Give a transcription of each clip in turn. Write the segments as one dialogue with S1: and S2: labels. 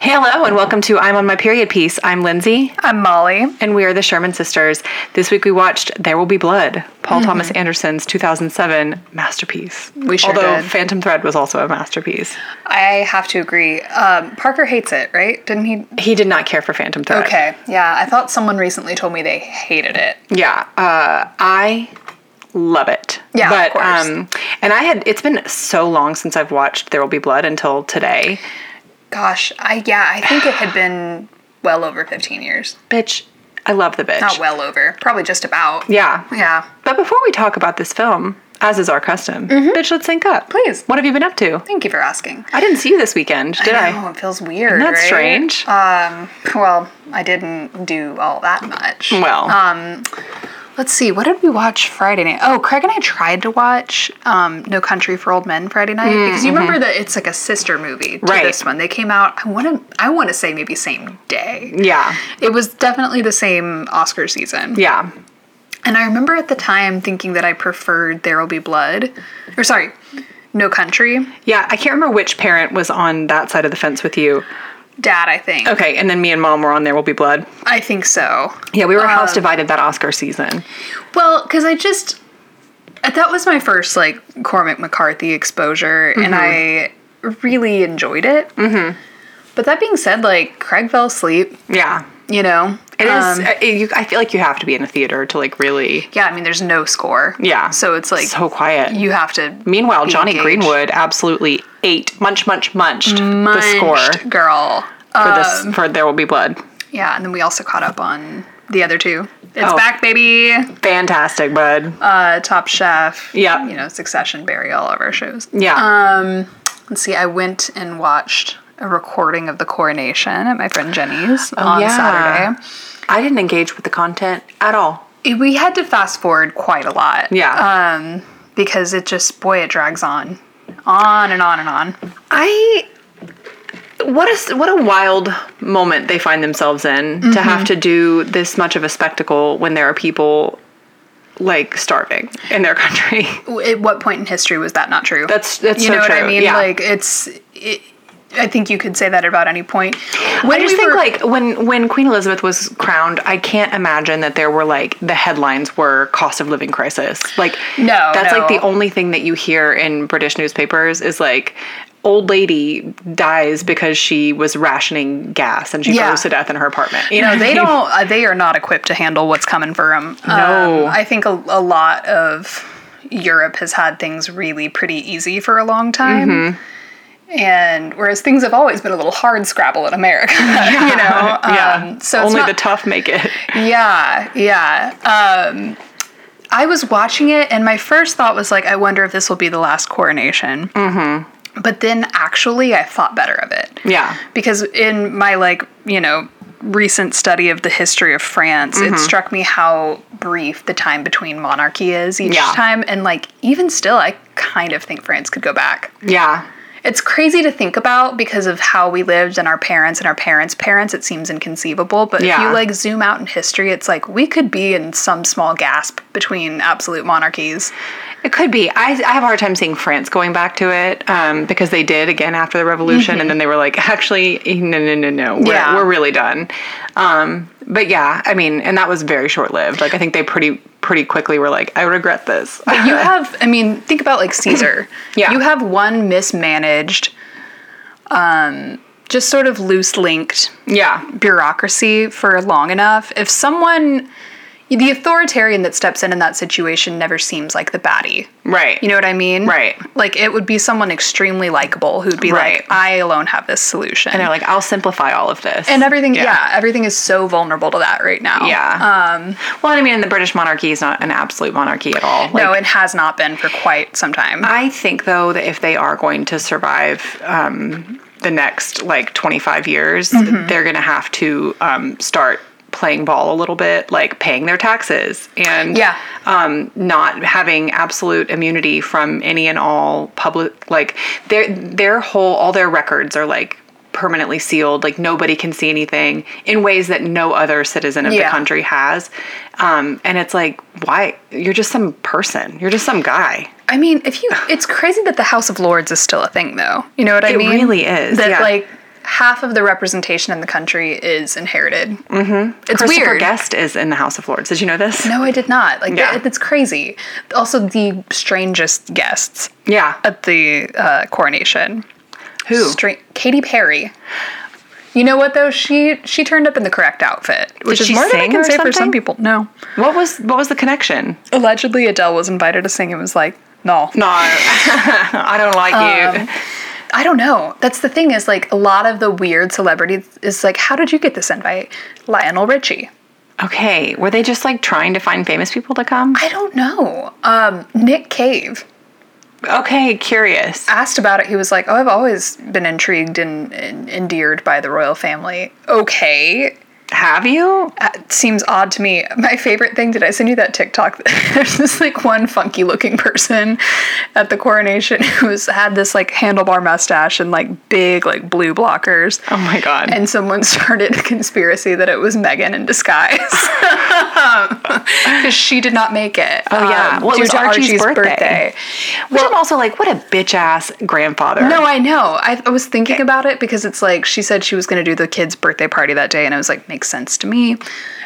S1: Hello, and welcome to I'm on My Period Piece. I'm Lindsay,
S2: I'm Molly.
S1: and we are the Sherman Sisters. This week we watched There Will Be Blood, Paul Thomas Anderson's 2007 masterpiece.
S2: We sure
S1: Although
S2: did.
S1: Phantom Thread was also a masterpiece.
S2: I have to agree. Um, Parker hates it, right? Didn't he?
S1: He did not care for Phantom Thread.
S2: Okay. Yeah, I thought someone recently told me they hated it.
S1: Yeah, uh, I love it.
S2: Yeah, of
S1: but
S2: course.
S1: um, and I had it's been so long since I've watched There Will Be Blood until today.
S2: Gosh, I yeah, I think it had been well over 15 years.
S1: Bitch, I love the bitch.
S2: Not Oh, well over, probably just about.
S1: Yeah,
S2: Yeah.
S1: But before we talk about this film, as is our custom, bitch, let's sync up.
S2: Please.
S1: What have you been up to?
S2: Thank you for asking.
S1: I didn't see you this weekend, did I? Uh,
S2: Oh, it feels weird.
S1: That's
S2: right?
S1: strange.
S2: Um, well, I didn't do all that much.
S1: Well,
S2: Let's see, what did we watch Friday night? Oh, Craig and I tried to watch um, No Country for Old Men Friday night because you remember that it's like a sister movie to
S1: Mm, mm-hmm. Right.
S2: this one. They came out. I want to. I want to say maybe same day.
S1: yeah,
S2: It was definitely the same Oscar season.
S1: yeah.
S2: And I remember at the time thinking that I preferred There Will Be Blood, or sorry, No Country.
S1: Yeah, I can't remember which parent was on that side of the fence with you.
S2: Dad, I think.
S1: Okay, and then me and mom were on There Will Be Blood. Um,
S2: I think so.
S1: Yeah, we were house divided that Oscar season.
S2: Well, because I just that was my first like Cormac McCarthy exposure, and I
S1: Mm-hmm.
S2: really enjoyed it. Mm-hmm. But that being said, like Craig fell asleep,
S1: Yeah.
S2: you know.
S1: It is.
S2: Um,
S1: uh, you, I feel like you have to be in a theater to like really.
S2: yeah, I mean, there's no score.
S1: Yeah.
S2: So it's like
S1: so quiet.
S2: you have to.
S1: Meanwhile,
S2: be
S1: Johnny
S2: engaged.
S1: Greenwood absolutely ate munch munch munched um, the
S2: Munched,
S1: score for
S2: girl.
S1: this for There Will Be Blood.
S2: Yeah, and then we also caught up on the other two. It's
S1: Oh.
S2: back, baby.
S1: Fantastic, bud.
S2: Uh, Top Chef.
S1: Yeah.
S2: You know, Succession, Barry, all of our shows.
S1: yeah.
S2: Um, let's see. I went and watched a recording of the coronation at my friend Jenny's on
S1: Oh, yeah.
S2: Saturday.
S1: I didn't engage with the content at all.
S2: It- We had to fast forward quite a lot.
S1: Yeah.
S2: Um, because it just boy, it drags on, on and on and on.
S1: I what is what a wild moment they find themselves in
S2: Mm-hmm.
S1: to have to do this much of a spectacle when there are people like starving in their country.
S2: W- At what point in history was that not true?
S1: That's that's
S2: you
S1: so
S2: know what
S1: true.
S2: I mean.
S1: Yeah.
S2: Like it's. It, I think you could say that about any point. When
S1: I just
S2: we
S1: think
S2: were-
S1: like when when Queen Elizabeth was crowned, I can't imagine that there were like the headlines were cost of living crisis. Like
S2: No,
S1: that's like the
S2: no.
S1: only thing that you hear in British newspapers is like old lady dies because she was rationing gas and she
S2: Yeah.
S1: froze to death in her apartment. You know,
S2: No, they don't. Uh, they are not equipped to handle what's coming for them.
S1: No.
S2: I think a, a lot of Europe has had things really pretty easy for a long time,
S1: Mm-hmm.
S2: and whereas things have always been a little hard scrabble in America, you know. Um,
S1: yeah.
S2: So it's
S1: only
S2: not-
S1: the tough make it.
S2: yeah, yeah. Um, I was watching it, and my first thought was like, I wonder if this will be the last coronation. Mm-hmm. But then, actually, I thought better of it
S1: Yeah.
S2: because in my like you know recent study of the history of france
S1: Mm-hmm.
S2: it struck me how brief the time between monarchy is each
S1: Yeah.
S2: time and like even still i kind of think france could go back
S1: Yeah.
S2: it's crazy to think about because of how we lived and our parents and our parents parents it seems inconceivable but if
S1: Yeah.
S2: you like zoom out in history it's like we could be in some small gasp between absolute monarchies
S1: It could be. I, I have a hard time seeing France going back to it um, because they did again after the revolution, and then they were like, actually, no, no, no, no, we're,
S2: Yeah.
S1: we're really done. Um, but yeah, I mean, and that was very short lived. Like I think they pretty pretty quickly were like, I regret this.
S2: you have i mean think about like caesar
S1: Yeah.
S2: you have one mismanaged um just sort of loose linked
S1: yeah,
S2: bureaucracy for long enough if someone the authoritarian that steps in in that situation never seems like the baddie
S1: right.
S2: you know what i mean
S1: Right.
S2: like it would be someone extremely likable who'd be
S1: Right.
S2: like i alone have this solution
S1: and they're like, I'll simplify all of this
S2: and everything yeah. everything is so vulnerable to that right now Um,
S1: Yeah. well, and I mean, the British monarchy is not an absolute monarchy at all. Like,
S2: no it has not been for quite some time
S1: I think though that if they are going to survive um, the next like 25 years,
S2: Mm-hmm.
S1: they're going to have to um, start playing ball a little bit, like paying their taxes and
S2: Yeah.
S1: um, not having absolute immunity from any and all public like their their whole all their records are like permanently sealed like nobody can see anything in ways that no other citizen of the
S2: Yeah.
S1: country has um, and it's like why you're just some person you're just some guy
S2: I mean, if you, it's crazy that the House of Lords is still a thing, though. You know what I
S1: It
S2: mean?
S1: really is,
S2: That
S1: yeah.
S2: like half of the representation in the country is inherited. Mm-hmm. It's
S1: Christopher
S2: weird.
S1: Guest is in the House of Lords. Did you know this?
S2: No, I did not. Like,
S1: Yeah.
S2: that, it's crazy. Also, the strangest guests
S1: Yeah.
S2: at the uh, coronation.
S1: Who?
S2: Stra- Katy Perry. You know what though? She she turned up in the correct outfit, which is
S1: she
S2: more than I
S1: sing
S2: can
S1: or
S2: say for some
S1: something?
S2: people. No.
S1: What was what was the connection?
S2: Allegedly, Adele was invited to sing and was like, "No, Um,
S1: No, I don't like you.
S2: I don't know." That's the thing is like a lot of the weird celebrities is like, "How did you get this invite?" Lionel Richie.
S1: Okay, were they just like trying to find famous people to come?
S2: I don't know. Um, Nick Cave
S1: Okay, curious.
S2: asked about it. He was like, "Oh, I've always been intrigued and, and endeared by the royal family." Okay,
S1: Have you?
S2: That seems odd to me. My favorite thing, did I send you that TikTok? There's this like one funky looking person at the coronation who's had this like handlebar mustache and like big like blue blockers.
S1: Oh my god.
S2: And someone started a conspiracy that it was Megan in disguise because she did not make it. Um,
S1: Oh, yeah. Well, it
S2: due
S1: was
S2: to
S1: Archie's birthday. Which I'm also like, what a bitch ass grandfather.
S2: No, I know. I, I was thinking about it because it's like she said she was going to do the kids' birthday party that day, and I was like, makes sense to me.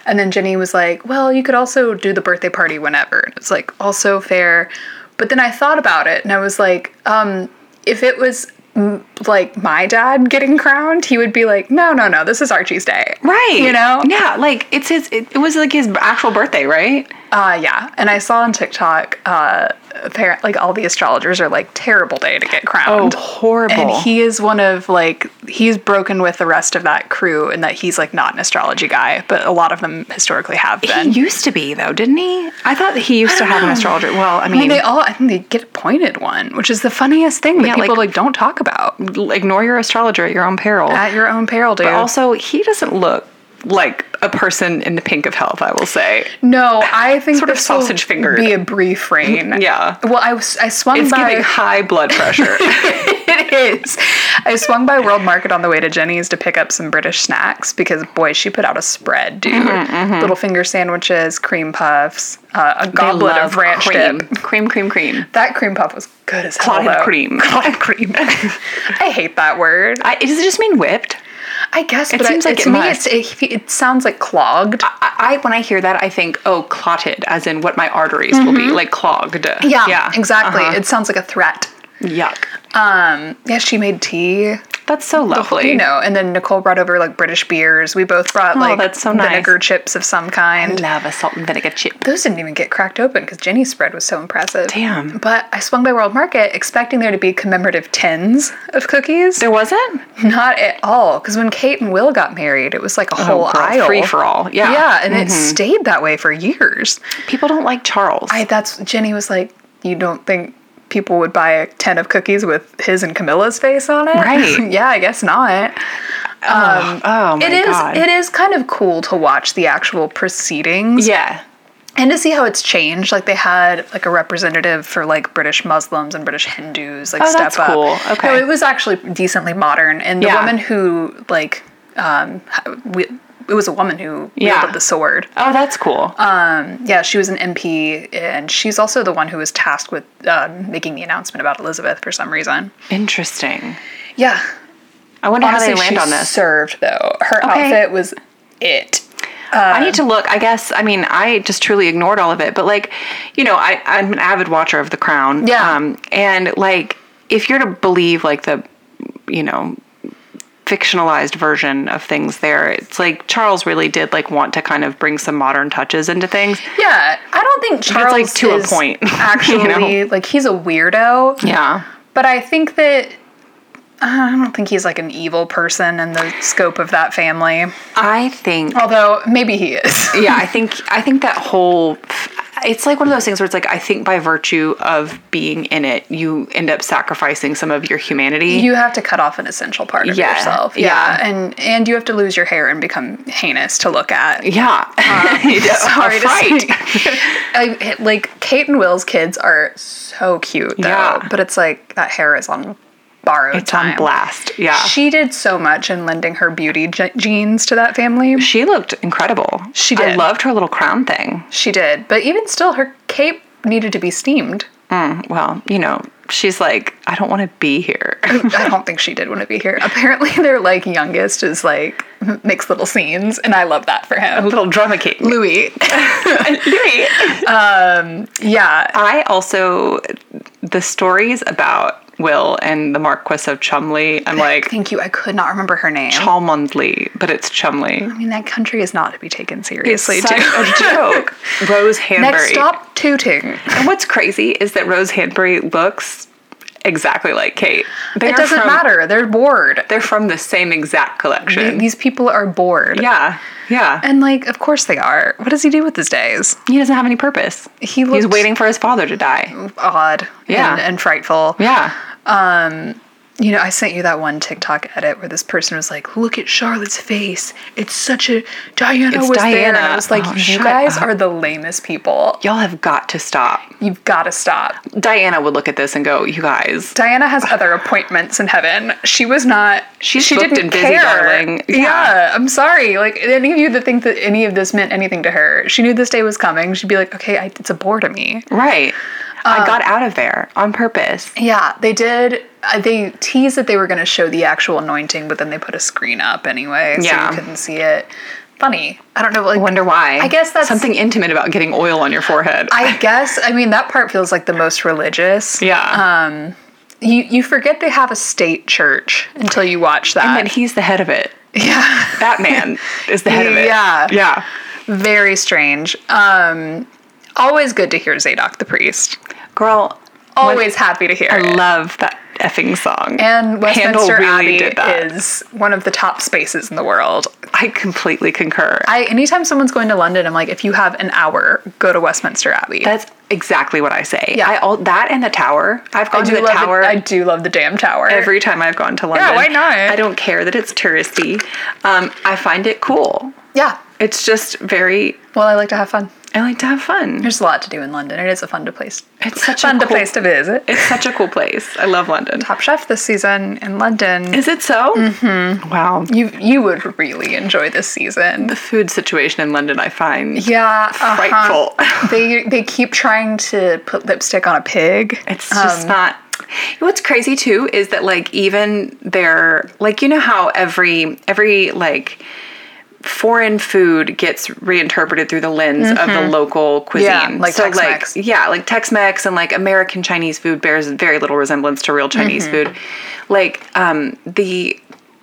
S2: And then Jenny was like, well, you could also do the birthday party whenever. And it's like, also fair. But then I thought about it and I was like, um, if it was mm, like my dad getting crowned, he would be like, no, no, no, this is Archie's day.
S1: Right.
S2: You know?
S1: Yeah, like it's his it, it was like his actual birthday, right?
S2: Uh, yeah. And I saw on TikTok, uh, apparent, like all the astrologers are like, terrible day to get crowned.
S1: Oh, horrible.
S2: Oh, And he is one of like he's broken with the rest of that crew and that he's like not an astrology guy, but a lot of them historically have been.
S1: He used to be though, didn't he? I thought that he used to have an astrologer. Well, I
S2: I mean,
S1: mean,
S2: they all I think they get appointed one, which is the funniest thing that
S1: Yeah,
S2: people
S1: like-
S2: like, don't talk about
S1: ignore your astrologer at your own peril.
S2: at your own peril, dude.
S1: also, he doesn't look like a person in the pink of health. I will say
S2: no, I think
S1: Sort of
S2: this will
S1: sausage fingered.
S2: Be a brief reign.
S1: Yeah.
S2: Well, I was I swung
S1: it's
S2: by.
S1: giving high blood pressure.
S2: it is. I swung by World Market on the way to Jenny's to pick up some British snacks because boy, she put out a spread, dude.
S1: Mm-hmm,
S2: Little finger sandwiches, cream puffs, uh, a
S1: I
S2: goblet
S1: love
S2: of ranch
S1: cream.
S2: dip.
S1: cream, cream, cream.
S2: That cream puff was good as hell.
S1: Clotted
S2: though.
S1: cream.
S2: Clotted cream. I hate that word. I,
S1: I, does it just mean whipped?
S2: guess,
S1: It
S2: but
S1: seems
S2: I,
S1: like
S2: to
S1: it
S2: me,
S1: must.
S2: It's, it, it sounds like clogged.
S1: I, I when I hear that, I think, oh, clotted, as in what my arteries will be like clogged. Mm-hmm. yeah,
S2: exactly.
S1: Uh-huh.
S2: It sounds like a threat.
S1: Yuck.
S2: Um, yeah, she made tea.
S1: That's so lovely.
S2: You know, and then Nicole brought over like British beers. We both brought like
S1: Oh, that's so nice.
S2: vinegar chips of some
S1: I
S2: kind.
S1: love a salt and vinegar chip.
S2: Those didn't even get cracked open because Jenny's spread was so impressive.
S1: Damn.
S2: But I swung by World Market expecting there to be commemorative tins of cookies.
S1: There wasn't?
S2: Not at all. Because when Kate and Will got married, it was like a whole
S1: Oh, girl,
S2: aisle.
S1: free for all. Yeah. Mm-hmm.
S2: Yeah, and it stayed that way for years.
S1: People don't like Charles.
S2: I, that's Jenny was like, You don't think people would buy a tin of cookies with his and Camilla's face on it?
S1: Right.
S2: yeah, I guess not.
S1: oh, oh my
S2: It is
S1: God.
S2: it is kind of cool to watch the actual proceedings
S1: Yeah.
S2: and to see how it's changed. Like they had like a representative for like British Muslims and British Hindus, like
S1: Oh,
S2: step
S1: that's
S2: up.
S1: cool.
S2: No,
S1: Okay.
S2: it was actually decently modern. And the
S1: Yeah.
S2: woman who like um ha- we, it was a woman who
S1: Yeah.
S2: wielded the sword.
S1: Oh, that's cool.
S2: Yeah, she was an MP, and she's also the one who was tasked with uh, making the announcement about Elizabeth for some reason.
S1: Interesting.
S2: Yeah,
S1: I wonder how they
S2: Honestly,
S1: land
S2: she
S1: on this.
S2: Served though, her
S1: Okay.
S2: outfit was it.
S1: I need to look. I guess. I mean, I just truly ignored all of it. But like, you know, I, I'm an avid watcher of The Crown. Um,
S2: Yeah.
S1: and like, if you're to believe like the, you know, fictionalized version of things, there, it's like Charles really did like want to kind of bring some modern touches into things.
S2: Yeah, I don't think Charles
S1: like, to a
S2: is
S1: point, you know?
S2: actually, like he's a weirdo.
S1: Yeah.
S2: But I think that uh, I don't think he's like an evil person in the scope of that family.
S1: I think.
S2: Although maybe he is.
S1: yeah, I think I think that whole it's like one of those things where it's like I think by virtue of being in it, you end up sacrificing some of your humanity.
S2: You have to cut off an essential part of
S1: Yeah,
S2: yourself.
S1: yeah.
S2: And and you have to lose your hair and become heinous to look at.
S1: yeah, sorry
S2: to I, like Kate and Will's kids are so cute though.
S1: Yeah.
S2: But it's like that hair is on borrowed
S1: It's
S2: time.
S1: on blast. Yeah, she,
S2: She did so much in lending her beauty ge- genes to that family.
S1: looked incredible.
S2: She
S1: I
S2: did.
S1: loved her little crown thing.
S2: She did, but even still, her cape needed to be steamed.
S1: Mm, Well, you know, she's like, I don't want to be here.
S2: I don't think she did want to be here. Apparently, their like youngest is like makes little scenes, and I love that for him.
S1: Little drama king.
S2: Louis, um, yeah,
S1: I also the stories about Will and the Marquess of Chumley. I'm like
S2: thank you. I could not remember her name.
S1: Cholmondley, but it's Chumley.
S2: I mean, that country is not to be taken seriously.
S1: Such
S2: too.
S1: a joke. Rose Hanbury.
S2: Next stop, Tooting.
S1: And what's crazy is that Rose Hanbury looks exactly like Kate. They're
S2: It doesn't
S1: from-
S2: matter. They're bored.
S1: They're from the same exact collection.
S2: These people are bored.
S1: yeah. Yeah.
S2: And like, of course they are. What does he do with his days?
S1: he doesn't have any purpose.
S2: He
S1: He's
S2: looked-
S1: waiting for his father to die.
S2: Odd.
S1: Yeah.
S2: And, and frightful.
S1: Yeah.
S2: You know, I sent you that one TikTok edit where this person was like, "Look at Charlotte's face. It's such a Diana
S1: It's
S2: was there." And
S1: Diana.
S2: I was like,
S1: Oh,
S2: "You
S1: shut
S2: guys
S1: up.
S2: are the lamest people.
S1: Y'all have got to stop.
S2: You've got to stop."
S1: Diana would look at this and go, "You guys,
S2: Diana has other appointments in heaven. She was not.
S1: She's
S2: she
S1: booked
S2: didn't
S1: and busy,
S2: care.
S1: darling.
S2: Yeah. I'm sorry. Like any of you that think that any of this meant anything to her, she knew this day was coming. She'd be like, "Okay, I, it's a bore to me."
S1: right?
S2: Um,
S1: I got out of there on purpose."
S2: Yeah, they did. uh, They teased that they were going to show the actual anointing, but then they put a screen up anyway,
S1: Yeah.
S2: so you couldn't see it. Funny. I don't know. Like,
S1: Wonder why?
S2: I guess that's-
S1: something intimate about getting oil on your forehead.
S2: I guess. I mean, that part feels like the most religious. uh,
S1: yeah,
S2: You you forget they have a state church until you watch that.
S1: and he's the head of it.
S2: yeah.
S1: That man is the head of it.
S2: Yeah.
S1: yeah.
S2: Very strange. Um, always good to hear Zadok the priest.
S1: Girl,
S2: Always happy to hear.
S1: I
S2: it.
S1: love that effing song.
S2: and Westminster
S1: really did that.
S2: Abbey is one of the top spaces in the world.
S1: I completely concur.
S2: I anytime someone's going to London, I'm like, if you have an hour, go to Westminster Abbey.
S1: That's exactly what I say.
S2: Yeah.
S1: I all that and the tower. I've
S2: I
S1: gone
S2: do
S1: to the
S2: love
S1: tower.
S2: The, I do love the damn tower.
S1: every time I've gone to London.
S2: why not?
S1: I don't care that it's touristy. Um, I find it cool.
S2: yeah.
S1: It's just very.
S2: Well, I like to have fun.
S1: I like to have fun.
S2: There's a lot to do in London. It is a fun to place.
S1: It's such
S2: fun
S1: a
S2: to
S1: cool,
S2: place to visit.
S1: It's such a cool place. I love London.
S2: Top Chef this season in London.
S1: Is it so? Mm-hmm. Wow.
S2: you you would really enjoy this season.
S1: The food situation in London, I find
S2: Yeah, uh-huh.
S1: frightful.
S2: They they keep trying to put lipstick on a pig.
S1: It's just not. What's crazy too is that like even their like you know how every every like foreign food gets reinterpreted through the lens of the local cuisine.
S2: like
S1: so
S2: Tex-Mex.
S1: Mm-hmm. like yeah, like Tex-Mex and like American Chinese food bears very little resemblance to real Chinese
S2: Mm-hmm.
S1: food. Like um the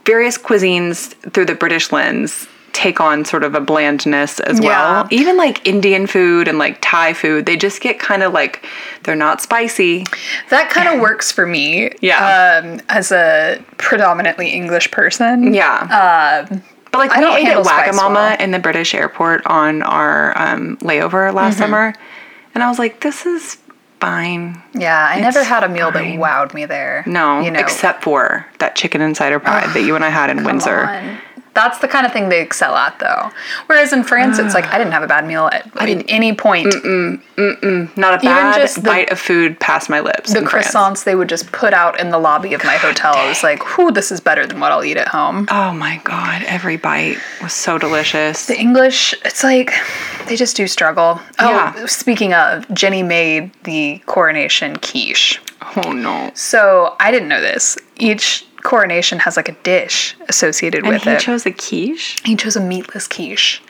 S1: various cuisines through the British lens take on sort of a blandness as well.
S2: Yeah.
S1: Even like Indian food and like Thai food, they just get kind of like they're not spicy.
S2: that kind of works for me.
S1: Yeah.
S2: um, as a predominantly English person.
S1: Yeah. but like
S2: Uh, I
S1: we
S2: don't
S1: ate
S2: handle
S1: at
S2: spice
S1: Wagamama
S2: well.
S1: in the British airport on our um, layover last
S2: Mm-hmm.
S1: summer, and I was like, "This is fine."
S2: Yeah, I never had a meal
S1: fine.
S2: that wowed me there.
S1: No,
S2: you know,
S1: except for that chicken and cider pie that you and I had in
S2: come
S1: Windsor.
S2: on. That's the kind of thing they excel at, though. Whereas in France, it's like I didn't have a bad meal at I mean, any point.
S1: Not a bad
S2: just the-
S1: bite of food passed my lips.
S2: the
S1: in France.
S2: croissants they would just put out in the lobby of my hotel. I was like, "Whoo, this is better than what I'll eat at home."
S1: Oh my god! Every bite was so delicious.
S2: The English, it's like they just do struggle. Oh,
S1: Yeah.
S2: speaking of, Jenny made the coronation quiche.
S1: Oh no!
S2: So I didn't know this. Each coronation has like a dish associated
S1: And
S2: with
S1: he
S2: it.
S1: chose a quiche.
S2: he chose a meatless quiche.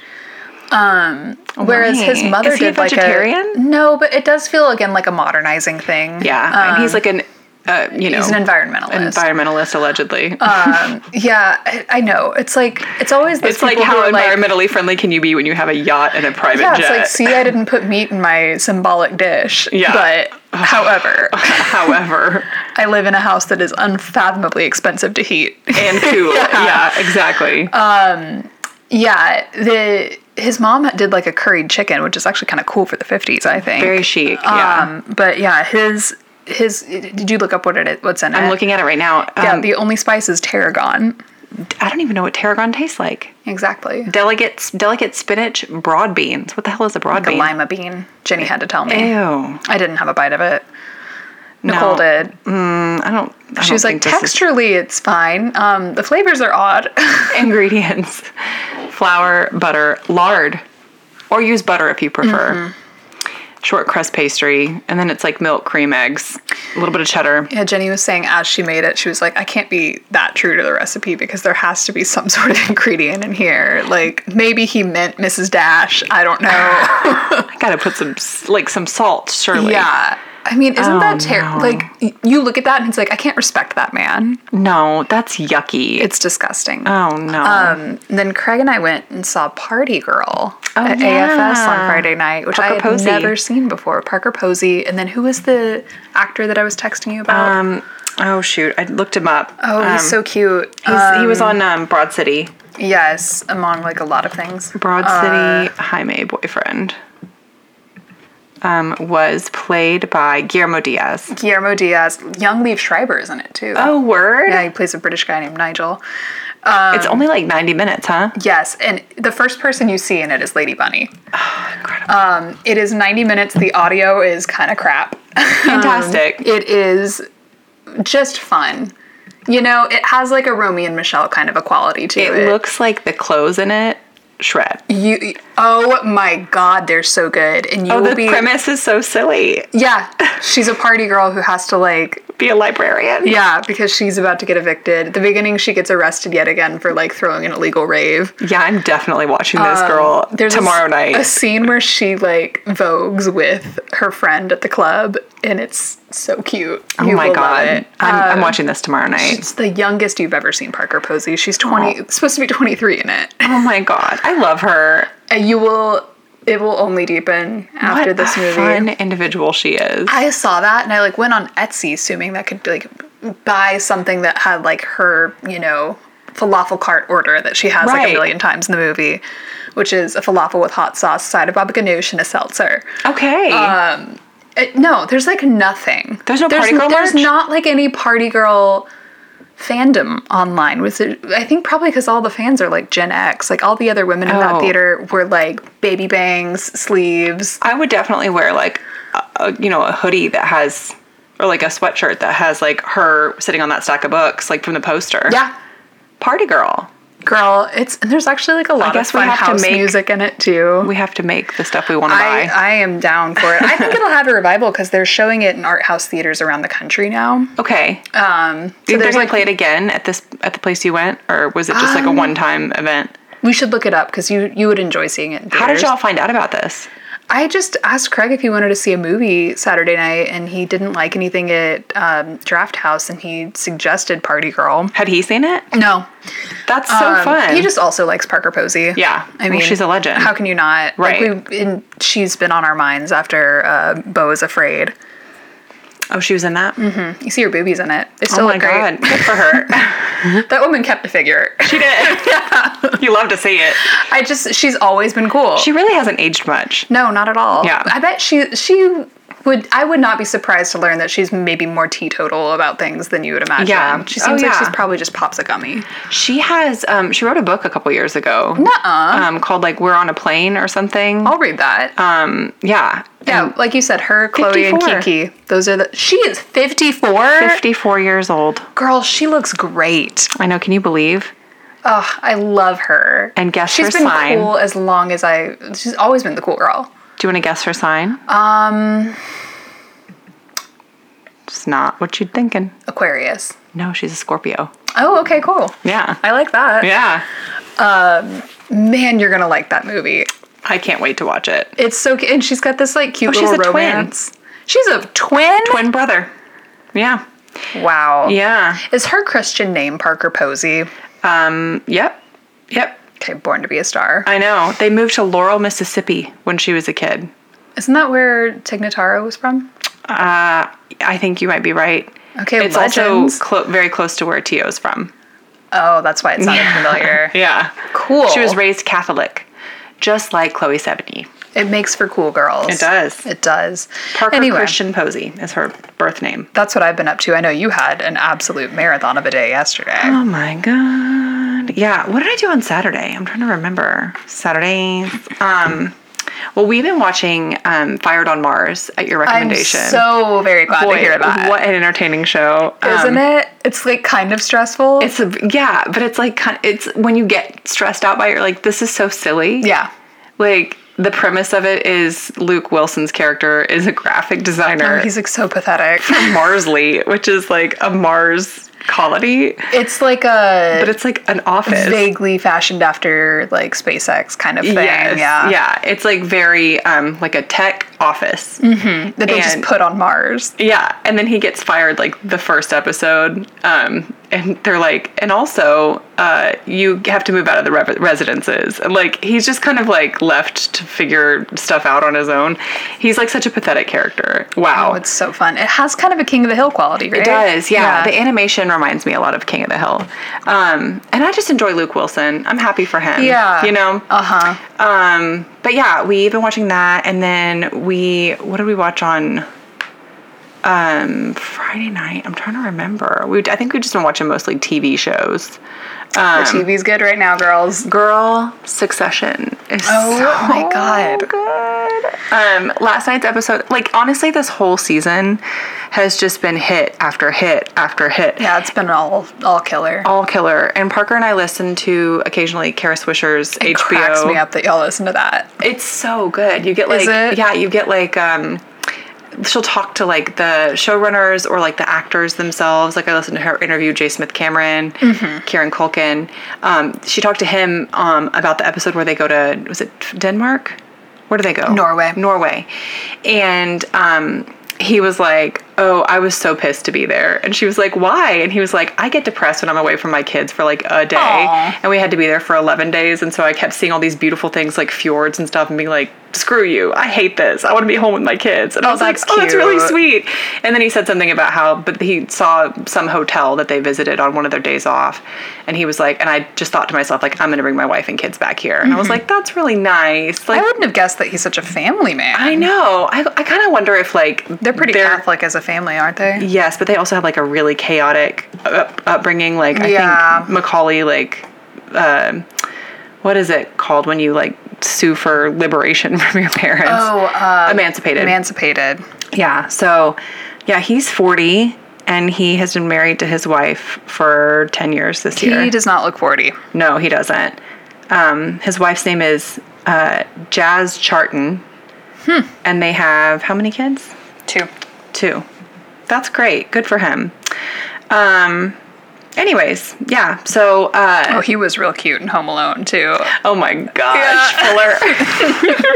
S2: Um, whereas his
S1: Why?
S2: mother
S1: Is he a
S2: did like a
S1: vegetarian?
S2: no, but it does feel again like a modernizing thing.
S1: Yeah, and he's like an, uh, you know,
S2: Um, he's an environmentalist. Uh,
S1: environmentalist allegedly.
S2: yeah, I, I know. It's like it's always those
S1: it's like
S2: people who
S1: how
S2: are like,
S1: environmentally friendly can you be when you have a yacht and a private
S2: yeah,
S1: jet?
S2: it's like see, I didn't put meat in my symbolic dish.
S1: Yeah.
S2: but however,
S1: however
S2: I live in a house that is unfathomably expensive to heat.
S1: and cool yeah. exactly
S2: Um, Yeah, the his mom did like a curried chicken, which is actually kind of cool for the fifties, I think.
S1: very chic yeah
S2: Um, but yeah, his his. Did you look up what it is, what's in it?
S1: i'm looking at it right now um,
S2: Yeah, the only spice is tarragon.
S1: i don't even know what tarragon tastes like
S2: Exactly.
S1: delicate delicate spinach broad beans what the hell is a broad
S2: The
S1: bean
S2: lima bean. Jenny had to tell me.
S1: ew
S2: I didn't have a bite of it. Nicole did.
S1: i don't I
S2: She was like, texturally, it's fine. Um, the flavors are odd.
S1: ingredients
S2: Mm-hmm.
S1: flour butter lard or use butter if you prefer short crust pastry, and then it's like milk, cream, eggs, a little bit of cheddar.
S2: Yeah, Jenny was saying as she made it, she was like, I can't be that true to the recipe because there has to be some sort of ingredient in here. Like maybe he meant Mrs. Dash. I don't know.
S1: I gotta put some s- like some salt, surely.
S2: yeah. I mean, isn't that
S1: Oh, no.
S2: terrible? Like y- you look at that and it's like, I can't respect that man.
S1: No, that's yucky.
S2: It's disgusting.
S1: oh no.
S2: Um, and then Craig and I went and saw Party Girl at
S1: Oh, yeah.
S2: AFS on Friday night, which
S1: Parker
S2: I had
S1: Posey.
S2: never seen before. Parker Posey, and then who was the actor that I was texting you about?
S1: Um, oh shoot, I looked him up.
S2: oh, he's so cute.
S1: He's,
S2: Uh,
S1: he was on um, Broad City.
S2: yes, among like a lot of things.
S1: Broad
S2: Uh,
S1: City Jaime boyfriend um, was played by Guillermo Diaz.
S2: Guillermo Diaz, young Leaf Schreiber is in it too.
S1: Oh word!
S2: yeah, he plays a British guy named Nigel. Um,
S1: it's only like ninety minutes, huh?
S2: Yes, and the first person you see in it is Lady Bunny.
S1: Oh,
S2: Um,
S1: Incredible.
S2: It is 90 minutes. The audio is kind of crap.
S1: Fantastic.
S2: It is just fun. You know, it has like a Romy and Michelle kind of a quality to it.
S1: it looks like the clothes in it shred.
S2: you. Oh my God, they're so good, and you
S1: Oh,
S2: will
S1: the
S2: be.
S1: premise is so silly.
S2: Yeah, she's a party girl who has to like.
S1: Be a librarian.
S2: Yeah, because she's about to get evicted. At the beginning, she gets arrested yet again for like throwing an illegal rave.
S1: Yeah, I'm definitely watching this girl
S2: Um, a
S1: tomorrow
S2: s-
S1: night.
S2: A scene where she like vogues with her friend at the club, and it's so cute.
S1: oh my god, I'm,
S2: Uh,
S1: I'm watching this tomorrow night.
S2: It's the youngest you've ever seen Parker Posey. She's 20, supposed to be 23 in it.
S1: Oh my god, I love her.
S2: And you will, it will only deepen after
S1: what
S2: this
S1: a
S2: movie.
S1: fun individual she is.
S2: I saw that and I like went on Etsy assuming that I could like buy something that had like her, you know, falafel cart order that she has like
S1: Right.
S2: a million times in the movie, which is a falafel with hot sauce, side of baba ganoush, and a seltzer.
S1: okay.
S2: Uh, no, there's like nothing.
S1: There's no party girl
S2: There's
S1: merch?
S2: not like any party girl fandom online. Was it? I think probably because all the fans are like Gen X. Like all the other women in
S1: Oh.
S2: that theater were like baby bangs, sleeves.
S1: I would definitely wear like a, a you know a hoodie that has or like a sweatshirt that has like her sitting on that stack of books like from the poster.
S2: Yeah,
S1: Party girl.
S2: girl. It's and there's actually like a lot
S1: guess
S2: of
S1: we
S2: fun
S1: have to
S2: house
S1: make-
S2: music in it too.
S1: We have to make the stuff we want to
S2: I,
S1: buy.
S2: I am down for it. I think it'll have a revival because they're showing it in art house theaters around the country now.
S1: okay.
S2: Um,
S1: Do you
S2: so
S1: think they're
S2: there's
S1: gonna
S2: like Um,
S1: play it again at this at the place you went, or was it just like a one time event?
S2: we should look it up because you you would enjoy seeing it. In
S1: How did
S2: theaters.
S1: y'all find out about this?
S2: I just asked Craig if he wanted to see a movie Saturday night, and he didn't like anything at um, Draft House, and he suggested Party Girl.
S1: Had he seen it?
S2: No,
S1: That's so
S2: Um,
S1: Oh, fun.
S2: He just also likes Parker Posey.
S1: yeah.
S2: I mean,
S1: she's a legend.
S2: How can you not?
S1: Right.
S2: Like we, and she's been on our minds after uh, Bo is Afraid.
S1: oh, she was in that.
S2: You see her boobies in it. They still
S1: Oh my
S2: look Mm-hmm. great.
S1: god, good for her.
S2: That woman kept a figure.
S1: she did. You love to see it.
S2: I just she's always been cool.
S1: She really hasn't aged much.
S2: no, not at all.
S1: Yeah.
S2: I bet she she would. I would not be surprised to learn that she's maybe more teetotal about things than you would imagine.
S1: Yeah.
S2: She
S1: Oh,
S2: seems like
S1: yeah.
S2: she's probably just pops a gummy.
S1: She has. Um, she wrote a book a couple years ago.
S2: Nuh-uh.
S1: Um, called like "We're on a Plane" or something.
S2: I'll read that.
S1: Um, yeah.
S2: yeah, like you said, her, Chloe,
S1: 54.
S2: and Kiki. Those are the. She is fifty four.
S1: Fifty-four years old.
S2: Girl, she looks great.
S1: I know. Can you believe?
S2: Oh, I love her.
S1: And guess
S2: she's
S1: her
S2: been
S1: sign.
S2: cool as long as I. She's always been the cool girl.
S1: Do you want to guess her sign? Um. it's not what you'd thinking.
S2: Aquarius.
S1: No, she's a Scorpio.
S2: Oh, okay, cool.
S1: Yeah.
S2: I like that.
S1: yeah.
S2: Man, you're gonna like that movie.
S1: I can't wait to watch it.
S2: It's so cute. And she's got this like cute
S1: Oh, she's
S2: little
S1: a twin.
S2: romance. She's a twin?
S1: Twin brother. Yeah.
S2: Wow.
S1: Yeah.
S2: Is her Christian name Parker Posey?
S1: Um. Yep. Yep.
S2: Okay, born to be a star.
S1: I know. They moved to Laurel, Mississippi when she was a kid.
S2: Isn't that where Tignataro was from?
S1: Uh, I think you might be right.
S2: Okay,
S1: it's
S2: legends.
S1: also clo- very close to where Tio's from.
S2: oh, that's why it sounded familiar.
S1: Yeah.
S2: Cool.
S1: She was raised Catholic, just like Chloe Sevigny.
S2: It makes for cool girls.
S1: It does.
S2: It does.
S1: Parker
S2: anyway,
S1: Christian Posey is her birth name.
S2: that's what I've been up to. I know you had an absolute marathon of a day yesterday.
S1: Oh my god. Yeah. What did I do on Saturday? I'm trying to remember. Saturday. Um. Well, we've been watching um, Fired on Mars at your
S2: I'm
S1: recommendation.
S2: so very glad
S1: Boy,
S2: to hear that.
S1: What an entertaining show. Um,
S2: Isn't it? It's like kind of stressful.
S1: It's a, yeah, but it's like kind- it's when you get stressed out by it, you're like, this is so silly.
S2: yeah.
S1: Like the premise of it is Luke Wilson's character is a graphic designer
S2: Oh, he's like so pathetic.
S1: from Marsley, which is like a Mars colony,
S2: It's like a
S1: but it's like an office.
S2: vaguely fashioned after like SpaceX kind of thing.
S1: Yes,
S2: yeah.
S1: yeah. It's like very um like a tech office.
S2: Mm-hmm. That they just
S1: And-
S2: put on Mars.
S1: Yeah, and then he gets fired like the first episode. Um, and they're like, and also, uh, you have to move out of the re- residences. And like, he's just kind of like left to figure stuff out on his own. He's like such a pathetic character. Wow.
S2: Oh, it's so fun. It has kind of a King of the Hill quality, right?
S1: it does, yeah. The animation reminds me a lot of King of the Hill. Um, and I just enjoy Luke Wilson. I'm happy for him.
S2: Yeah.
S1: You know?
S2: uh huh.
S1: Um, but yeah, we've been watching that, and then we what did we watch on um, Friday night? I'm trying to remember. We I think we've just been watching mostly TV shows. Um,
S2: The TV's good right now, girls.
S1: Girl, Succession is
S2: Oh
S1: so
S2: my God.
S1: good. Um, last night's episode, like honestly, this whole season has just been hit after hit after hit.
S2: Yeah, it's been all all killer.
S1: All killer. And Parker and I listen to occasionally Kara Swisher's
S2: It
S1: HBO.
S2: cracks me up that y'all listen to that.
S1: It's so good. You get like
S2: Is it?
S1: yeah, you get like um she'll talk to like the showrunners or like the actors themselves. Like I listened to her interview Jay Smith Cameron,
S2: Mm-hmm.
S1: Kieran Culkin. Um, she talked to him um, about the episode where they go to was it Denmark? Where do they go?
S2: Norway.
S1: Norway. And um he was like, "Oh, I was so pissed to be there," and she was like, "Why?" And he was like, "I get depressed when I'm away from my kids for like a day,
S2: Aw.
S1: and we had to be there for 11 days and so i kept seeing all these beautiful things like fjords and stuff and being like screw you i hate this i want to be home with my kids and i was like
S2: that's
S1: oh that's really
S2: cute."
S1: sweet and then he said something about how but he saw some hotel that they visited on one of their days off and he was like and i just thought to myself like i'm going to bring my wife and kids back here and i
S2: Mm-hmm.
S1: was like that's really nice like
S2: I wouldn't have guessed that he's such a family man.
S1: i know i, I kind of wonder if like
S2: Um, They're pretty Catholic as a family, aren't they?
S1: Yes, but they also have like a really chaotic up- upbringing. Like I
S2: Yeah.
S1: think Macaulay, like, um what is it called when you like sue for liberation from your parents?
S2: Oh, uh,
S1: emancipated.
S2: Emancipated.
S1: yeah. So, yeah, he's forty, and he has been married to his wife for ten years this year.
S2: He does not look 40.
S1: No, he doesn't. Um, his wife's name is uh, Jazz Charton,
S2: Hmm.
S1: and they have how many kids?
S2: Two.
S1: too. That's great. Good for him. Um anyways, yeah. So uh
S2: Oh, he was real cute in Home Alone, too.
S1: oh my gosh, Fuller.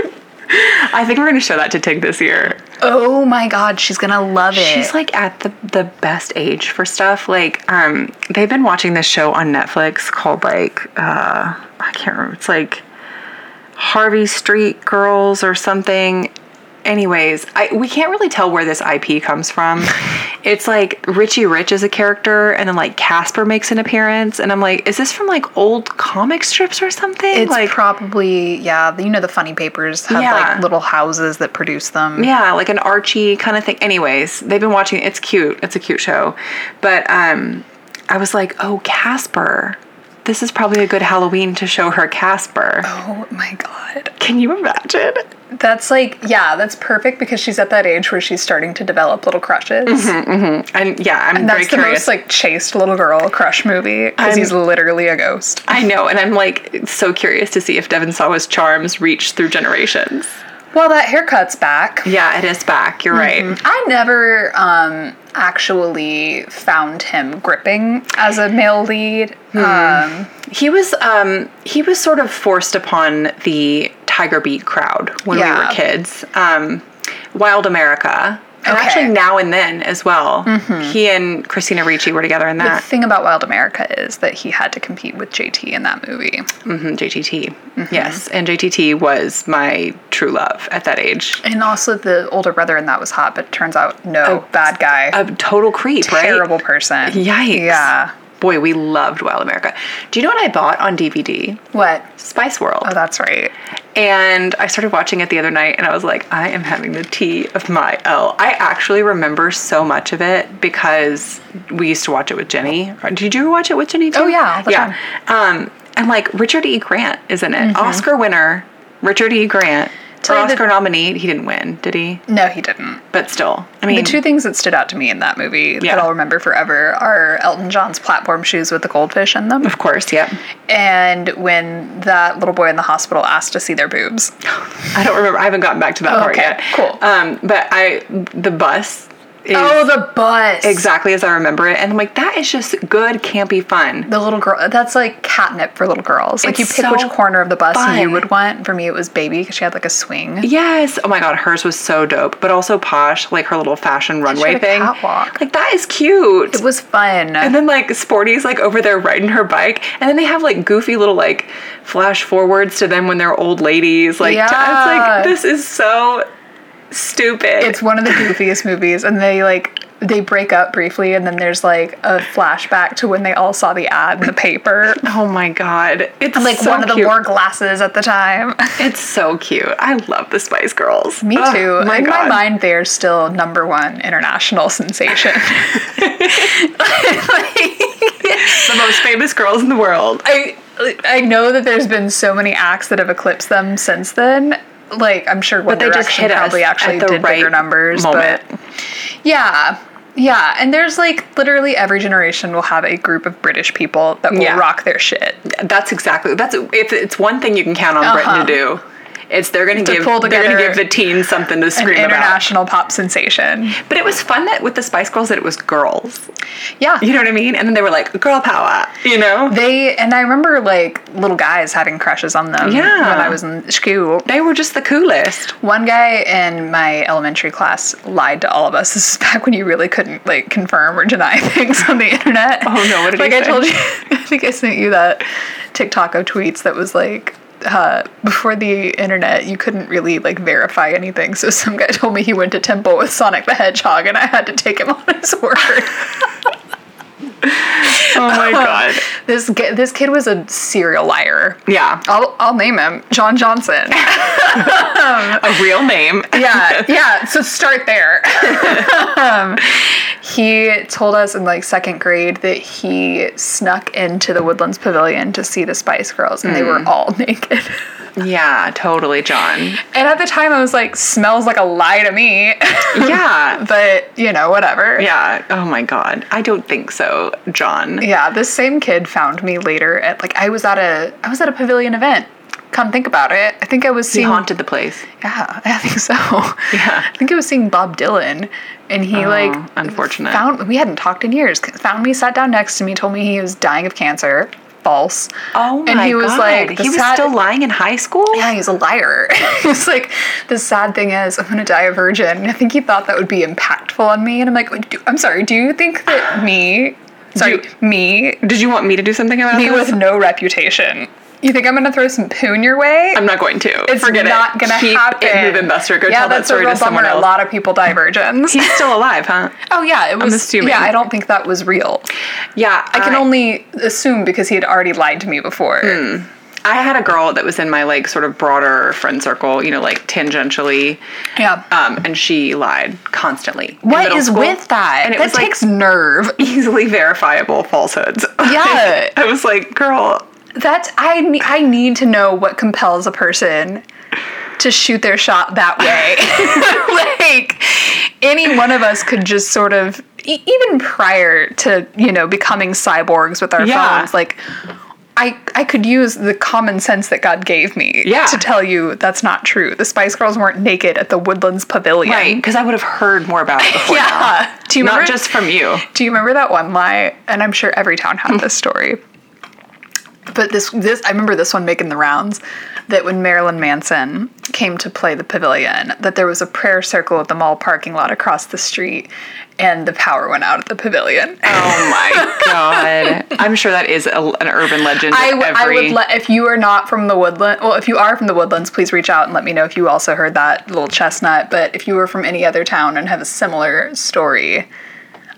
S1: I think we're gonna show that to Tig this year.
S2: Oh my god, she's gonna love it.
S1: She's like at the the best age for stuff. Like, um, they've been watching this show on Netflix called like uh I can't remember. It's like Harvey Street Girls or something. Anyways, I we can't really tell where this IP comes from. It's like Richie Rich is a character, and then like Casper makes an appearance, and I'm like, is this from like old comic strips or something?
S2: It's
S1: like
S2: probably yeah. You know the funny papers have
S1: Yeah.
S2: like little houses that produce them.
S1: Yeah, like an Archie kind of thing. Anyways, they've been watching. It's cute. It's a cute show. But um, I was like, oh, Casper. This is probably a good Halloween to show her Casper.
S2: Oh my god,
S1: Can you imagine?
S2: that's like yeah, that's perfect because she's at that age where she's starting to develop little crushes.
S1: And yeah, I'm very
S2: That's the
S1: curious.
S2: most like chaste little girl crush movie because he's literally a ghost.
S1: I know, and I'm like so curious to see if Devon Sawa's charms reach through generations.
S2: Well, that haircut's back.
S1: Yeah, it is back. You're right.
S2: I never um, actually found him gripping as a male lead. Um,
S1: He was um he was sort of forced upon the Tiger Beat crowd when we
S2: Yeah.
S1: were kids. Um, Wild America. And
S2: Okay. Mm-hmm.
S1: actually now and then as well. He and Christina Ricci were together in
S2: the
S1: that.
S2: thing about Wild America is that he had to compete with JT in that movie.
S1: Mhm, JTT.
S2: Mm-hmm.
S1: Yes, and JTT was my true love at that age.
S2: And also, the older brother in that was hot, but turns out no, bad guy,
S1: A total creep,
S2: terrible
S1: Oh. right?
S2: person.
S1: Yikes.
S2: Yeah.
S1: Boy, we loved Wild America. Do you know what I bought on DVD?
S2: What?
S1: Spice World.
S2: Oh, that's right.
S1: And I started watching it the other night and I was like, I am having the tea of my L. I actually remember so much of it because we used to watch it with Jenny. Did you watch it with Jenny too?
S2: Oh, yeah, all the
S1: yeah. Um, and like Richard E. Grant is in it. Oscar winner, Richard E. Grant. Or
S2: Mm-hmm. tell you
S1: Oscar
S2: the,
S1: nominee, he didn't win, did he?
S2: no, he didn't.
S1: But still, I mean,
S2: The two things that stood out to me in that movie
S1: Yeah.
S2: that I'll remember forever are Elton John's platform shoes with the goldfish in them,
S1: of course, yep.
S2: and when that little boy in the hospital asked to see their boobs.
S1: I don't remember. I haven't gotten back to that part
S2: Oh, Okay,
S1: yet.
S2: cool.
S1: Um, but I the bus is
S2: Oh, the bus!
S1: exactly as I remember it, and I'm like, that is just good, campy fun.
S2: The little girl, that's like catnip for little girls.
S1: It's
S2: Like you pick
S1: so
S2: which corner of the bus you
S1: fun.
S2: would want. For me, it was baby because she had like a swing.
S1: Yes. Oh my god, hers was so dope, but also posh, like her little fashion runway
S2: had a
S1: thing.
S2: catwalk.
S1: Like that is cute.
S2: It was fun.
S1: and then like Sporty's like over there riding her bike, and then they have like goofy little like flash forwards to them when they're old ladies. Like it's
S2: Yeah.
S1: like this is so stupid.
S2: It's one of the goofiest movies, and they like they break up briefly, and then there's like a flashback to when they all saw the ad in the paper.
S1: oh my god, it's
S2: Like
S1: so
S2: one of the
S1: cute.
S2: wore glasses at the time.
S1: It's so cute. I love the Spice Girls.
S2: Me
S1: Ugh,
S2: too.
S1: my
S2: in
S1: God.
S2: my mind, they're still number one international sensation.
S1: the most famous girls in the world.
S2: I I know that there's been so many acts that have eclipsed them since then. Like I'm sure One
S1: they just
S2: Direction
S1: hit us
S2: probably actually
S1: at the
S2: did bigger
S1: right
S2: numbers,
S1: moment.
S2: but yeah. Yeah, and there's like literally every generation will have a group of British people that will
S1: Yeah.
S2: rock their shit.
S1: That's exactly that's if it's one thing you can count on
S2: Uh-huh.
S1: Britain to do. It's they're gonna give
S2: pull
S1: they're gonna
S2: together
S1: give the teens something to
S2: An
S1: scream about.
S2: international pop sensation.
S1: But it was fun that with the Spice Girls that it was girls.
S2: Yeah.
S1: You know what I mean? And then they were like girl power. You know
S2: They and I remember like little guys having crushes on them
S1: Yeah.
S2: when I was in school.
S1: they were just the coolest.
S2: One guy in my elementary class lied to all of us. This is back when you really couldn't like confirm or deny things on the internet.
S1: Oh, no, what did he
S2: like I
S1: say?
S2: told you, I think I sent you that TikTok of tweets that was like. Uh, before the internet, you couldn't really like verify anything. So some guy told me he went to temple with Sonic the Hedgehog, and I had to take him on his word.
S1: Oh my god.
S2: this ki- this kid was a serial liar.
S1: Yeah,
S2: I'll I'll name him John Johnson.
S1: a real name.
S2: yeah, yeah. So start there. um, he told us in like second grade that he snuck into the Woodlands Pavilion to see the Spice Girls, and they were all naked.
S1: Yeah, totally, John.
S2: And at the time, I was like, "Smells like a lie to me,"
S1: Yeah,
S2: but you know, whatever.
S1: yeah. Oh my god. I don't think so, John.
S2: Yeah, This same kid found me later at like I was at a I was at a pavilion event. Come think about it. I think I was
S1: He
S2: seeing
S1: haunted the place.
S2: Yeah, I think so.
S1: Yeah. Oh,
S2: I think I was seeing Bob Dylan, and he like
S1: unfortunate.
S2: Found we hadn't talked in years. Found me, sat down next to me, told me he was dying of cancer. False.
S1: Oh my
S2: And he was
S1: God.
S2: like, the
S1: he was
S2: sad-
S1: still lying in high school.
S2: Yeah, he's a liar. He's like, the sad thing is, I'm gonna die a virgin. And I think he thought that would be impactful on me, and I'm like, do, I'm sorry. Do you think that me? Sorry,
S1: Do-
S2: me,
S1: Did you want me to do something about
S2: me
S1: this?
S2: with no reputation. You think I'm gonna throw some poon your way?
S1: I'm not going to.
S2: it's
S1: Forget
S2: not
S1: it.
S2: gonna
S1: Keep
S2: happen.
S1: It moving, Buster. Go
S2: yeah,
S1: tell that
S2: that's a
S1: story
S2: real
S1: to someone
S2: bummer.
S1: else.
S2: A lot of people die virgins.
S1: He's still alive, huh?
S2: Oh yeah, it was.
S1: assuming.
S2: Yeah, I don't think that was real.
S1: Yeah.
S2: I can only assume because he had already lied to me before.
S1: Hmm. I had a girl that was in my like sort of broader friend circle, you know, like tangentially,
S2: Yeah.
S1: um, and she lied constantly. in
S2: what
S1: middle
S2: is
S1: school.
S2: with that?
S1: And it
S2: that
S1: was, like,
S2: takes nerve.
S1: Easily verifiable falsehoods.
S2: Yeah.
S1: I was like, girl,
S2: That's I ne- I need to know what compels a person to shoot their shot that way. like any one of us could just sort of e- even prior to, you know, becoming cyborgs with our
S1: Yeah.
S2: phones like I, I could use the common sense that God gave me
S1: Yeah.
S2: to tell you that's not true. The Spice Girls weren't naked at the Woodlands Pavilion.
S1: right? Because I would have heard more about it before. now.
S2: Yeah. Do you
S1: Not
S2: remember?
S1: just from you.
S2: Do you remember that one lie? And I'm sure every town
S1: Hmm.
S2: had this story. But this this I remember this one making the rounds that when Marilyn Manson came to play the pavilion, that there was a prayer circle at the mall parking lot across the street and the power went out at the pavilion.
S1: Oh my god! I'm sure that is a, an urban legend.
S2: I,
S1: I
S2: w- I
S1: every,
S2: would let if you are not from the woodland. Well, if you are from the woodlands, please reach out and let me know if you also heard that little chestnut. But if you were from any other town and have a similar story,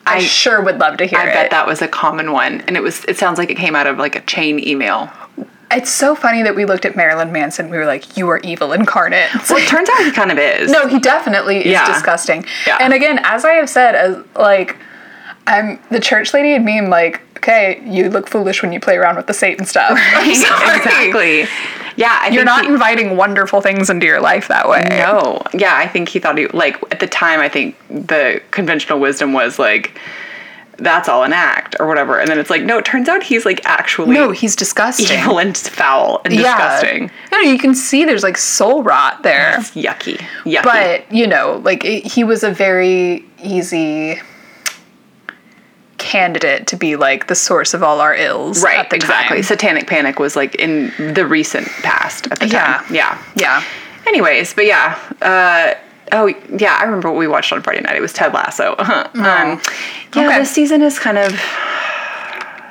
S2: I, sure would love to hear
S1: I
S2: it.
S1: bet that was a common one, and it was. It sounds like it came out of like a chain email.
S2: It's so funny that we looked at Marilyn Manson. We were like, "You are evil incarnate."
S1: Well, it turns out he kind of is.
S2: no, he definitely is
S1: Yeah.
S2: disgusting.
S1: Yeah.
S2: And again, as I have said, as like, I'm the church lady in me. I'm like, okay, you look foolish when you play around with the Satan stuff. I'm sorry.
S1: exactly. Yeah, Yeah, I
S2: You're
S1: think
S2: not
S1: he-
S2: inviting wonderful things into your life that way.
S1: No. Yeah, I think he thought he like at the time I think the conventional wisdom was like that's all an act or whatever. And then it's like, no, it turns out he's like actually
S2: No, he's disgusting.
S1: evil and foul and disgusting.
S2: Yeah. No, you can see there's like soul rot there.
S1: It's yucky. Yucky.
S2: But, you know, like it, he was a very easy candidate to be like the source of all our ills.
S1: right,
S2: at the
S1: exactly.
S2: time.
S1: Satanic panic was like in the recent past at the
S2: Yeah.
S1: time. Yeah.
S2: Yeah.
S1: Anyways, but yeah. Uh, oh, yeah. I remember what we watched on Friday night. It was Ted Lasso. Uh-huh. Um, yeah,
S2: Okay.
S1: this season is kind of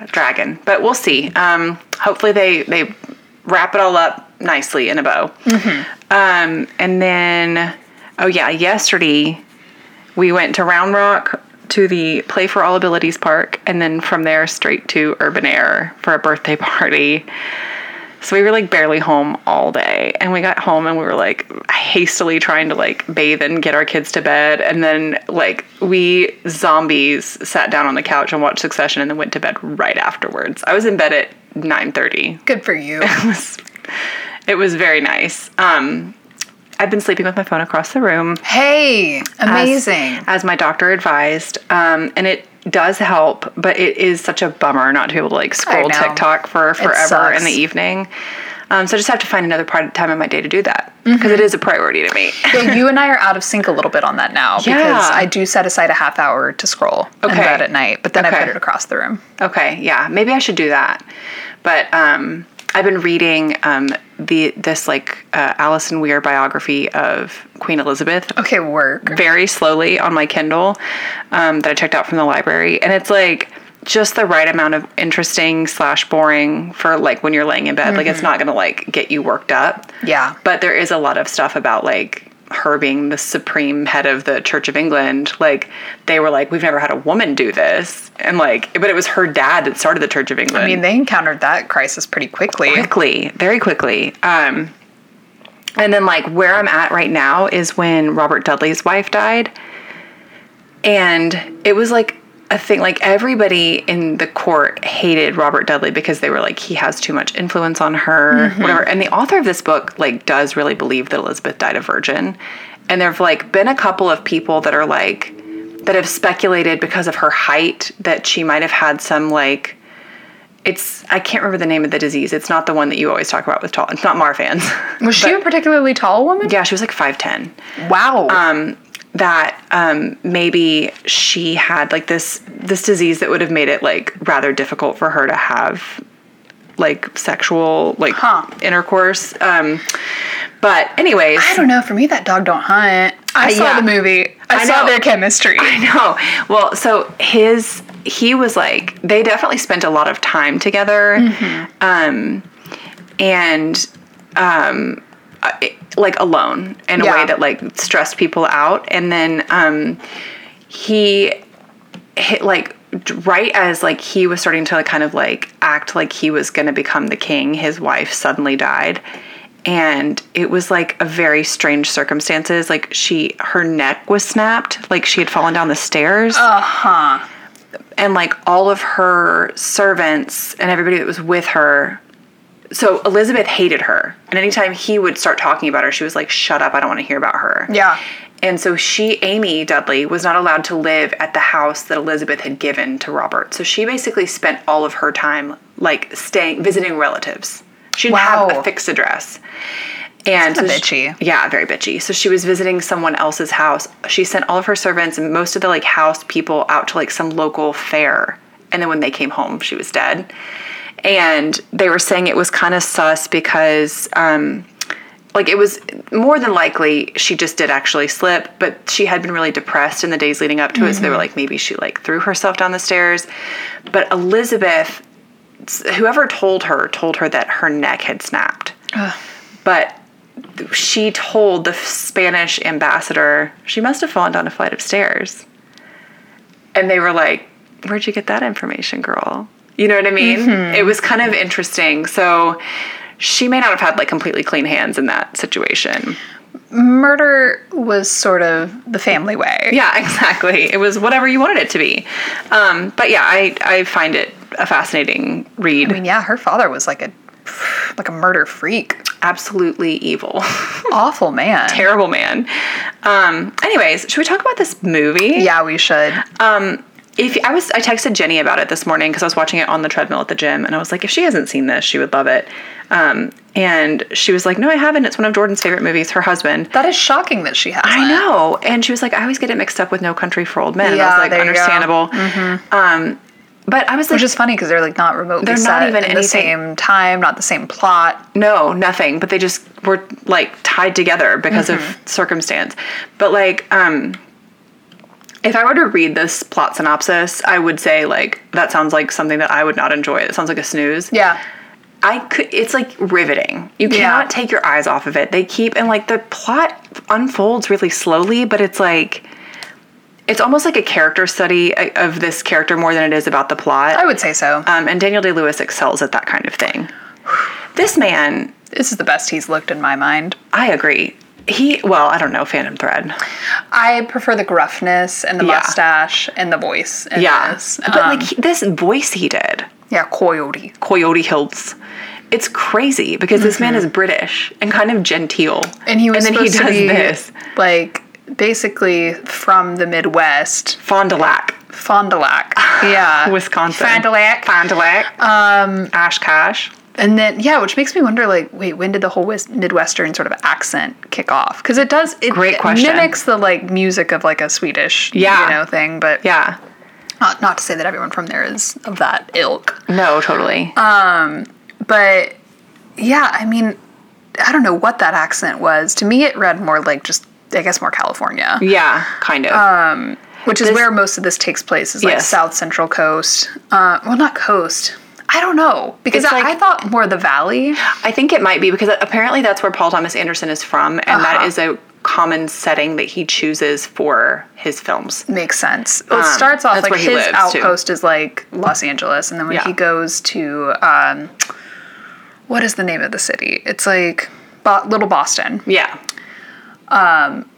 S1: dragging, but we'll see. Um, hopefully, they they wrap it all up nicely in a bow. Um, and then, oh yeah, yesterday we went to Round Rock to the Play for All Abilities Park, and then from there straight to Urban Air for a birthday party. So we were like barely home all day. And we got home and we were like hastily trying to like bathe and get our kids to bed. And then like we zombies sat down on the couch and watched Succession and then went to bed right afterwards. I was in bed at 9:30.
S2: Good for you.
S1: It was it was very nice. Um I've been sleeping with my phone across the room
S2: hey,
S1: as-
S2: amazing.
S1: as, my doctor advised um, and it does help but it is such a bummer not to be able to like scroll
S2: know.
S1: tiktok for forever
S2: sucks.
S1: in the evening um, so i just have to find another part of time in my day to do that because
S2: Mm-hmm.
S1: is a priority to me
S2: Yeah, you and I are out of sync a little bit on that now
S1: Yeah.
S2: because I do set aside a half hour to scroll in
S1: Okay.
S2: bed at night, but then I
S1: Okay.
S2: put it across the room.
S1: okay yeah maybe i should do that but um, i've been reading um, the this like uh, allison weir biography of queen elizabeth
S2: Okay, work.
S1: very slowly on my Kindle um, that I checked out from the library, and it's like just the right amount of interesting slash boring for like when you're laying in bed. Like it's not gonna like get you worked up.
S2: Mm-hmm. Yeah.
S1: But there is a lot of stuff about like her being the supreme head of the Church of England. Like they were like, we've never had a woman do this, and like, but it was her dad that started the Church of England
S2: I mean, they encountered that crisis pretty quickly.
S1: quickly, very quickly. Um, and then like where I'm at right now is when Robert Dudley's wife died, and it was like a thing. Like everybody in the court hated Robert Dudley because they were like he has too much influence on her, whatever. And the author of this book like does really believe that Elizabeth died a virgin, and there've like been a couple of people that are like that have speculated because of her height that she might have had some like it's I can't remember the name of the disease. It's not the one that you always talk about with tall. It's not Marfan's.
S2: Was she a particularly tall woman?
S1: yeah, she was like five ten.
S2: Wow.
S1: That um, maybe she had like this this disease that would have made it like rather difficult for her to have like sexual like
S2: Huh.
S1: intercourse. Um, but anyways,
S2: I don't know. For me, that dog don't hunt.
S1: Uh,
S2: I saw
S1: yeah.
S2: the movie. I,
S1: I
S2: saw
S1: know.
S2: their chemistry.
S1: No. Well, so his he was like they definitely spent a lot of time together. Um and um I- like alone in a
S2: Yeah.
S1: way that like stressed people out and then um he hit like d- right as like he was starting to kind of like act like he was going to become the king his wife suddenly died and it was like a very strange circumstances like she her neck was snapped like she had fallen down the stairs and like all of her servants and everybody that was with her. So Elizabeth hated her. And anytime he would start talking about her, she was like, shut up, I don't want to hear about her.
S2: Yeah.
S1: And so she, Amy Dudley, was not allowed to live at the house that Elizabeth had given to Robert. So she basically spent all of her time like staying, visiting relatives. She didn't have
S2: Wow.
S1: a fixed address. And
S2: Kinda
S1: so she-
S2: bitchy.
S1: yeah, very bitchy. So she was visiting someone else's house. She sent all of her servants and most of the like house people out to like some local fair. And then when they came home, she was dead. And they were saying it was kind of sus because um like it was more than likely she just did actually slip, but she had been really depressed in the days leading up to it. So
S2: Mm-hmm.
S1: they were like maybe she like threw herself down the stairs. But Elizabeth whoever told her told her that her neck had snapped. But she told the Spanish ambassador she must have fallen down a flight of stairs. And they were like, Where'd you get that information, girl? You know what I mean? It was kind of interesting. So she may not have had like completely clean hands in that situation.
S2: Murder was sort of the family way.
S1: Yeah, exactly. It was whatever you wanted it to be. Um, but yeah, I, I find it a fascinating read.
S2: I mean, yeah, her father was like a like a murder freak.
S1: absolutely evil,
S2: Awful man.
S1: terrible man. Um, anyways, should we talk about this movie?
S2: yeah, we should.
S1: if I was I texted Jenny about it this morning because I was watching it on the treadmill at the gym and I was like, if she hasn't seen this, she would love it. Um, and she was like, No, I haven't. It's one of Jordan's favorite movies, her husband.
S2: That is shocking that she has.
S1: I know. And she was like, I always get it mixed up with No Country for Old Men. and I
S2: Yeah,
S1: was like,
S2: there you go. Mm-hmm.
S1: understandable. Um, but I was like,
S2: Which is funny because they're like not remotely
S1: They're not
S2: set
S1: even
S2: in the
S1: anything-
S2: same time, not the same plot.
S1: no, nothing. But they just were like tied together because
S2: Mm-hmm.
S1: of circumstance. But like, um, if I were to read this plot synopsis, I would say like that sounds like something that I would not enjoy. It sounds like a snooze.
S2: Yeah.
S1: I could. It's like riveting. You
S2: Yeah.
S1: cannot take your eyes off of it. They keep and like the plot unfolds really slowly, but it's like it's almost like a character study uh, of this character more than it is about the
S2: I
S1: plot.
S2: would say so.
S1: Um, and Daniel Day Lewis excels at that kind of thing. This man,
S2: this is the best he's looked in my mind.
S1: I agree. He well, I don't know Phantom Thread.
S2: I prefer the gruffness and the
S1: Yeah.
S2: mustache and the voice. In
S1: Yeah,
S2: this.
S1: but
S2: Um,
S1: like he, this voice he did,
S2: yeah, coyote.
S1: Coyote Hills. It's crazy because this man is British and kind of genteel,
S2: Mm-hmm. And he was
S1: and then he does
S2: supposed to be
S1: this
S2: like basically from the Midwest,
S1: Fond du Lac.
S2: Fond du Lac. Yeah,
S1: Wisconsin.
S2: Fond du Lac.
S1: Fond du Lac. Uh, Um, Oshkosh.
S2: And then yeah, which makes me wonder like, wait, when did the whole West- Midwestern sort of accent kick off? Because it does it,
S1: Great
S2: it
S1: question.
S2: mimics the like music of like a Swedish
S1: Yeah.
S2: you know thing, but
S1: Yeah.
S2: not not to say that everyone from there is of that ilk.
S1: No, totally.
S2: But yeah, I mean, I don't know what that accent was. To me, it read more like just I guess more California,
S1: yeah, kind of.
S2: which is
S1: this-
S2: where most of this takes place. Is like
S1: Yes.
S2: South Central Coast. Uh, well, not coast. I don't know because
S1: It's
S2: I,
S1: like-
S2: I thought more the Valley.
S1: I think it might be because apparently that's where Paul Thomas Anderson is from, and that
S2: Uh-huh.
S1: is a common setting that he chooses for his films.
S2: makes sense. Well, it starts off
S1: Um, that's
S2: like
S1: where he
S2: his
S1: lives, too. Mm-hmm.
S2: outpost is like Los Angeles, and then when
S1: Yeah.
S2: he goes to um, what is the name of the city? It's like Bo- Little Boston.
S1: Yeah.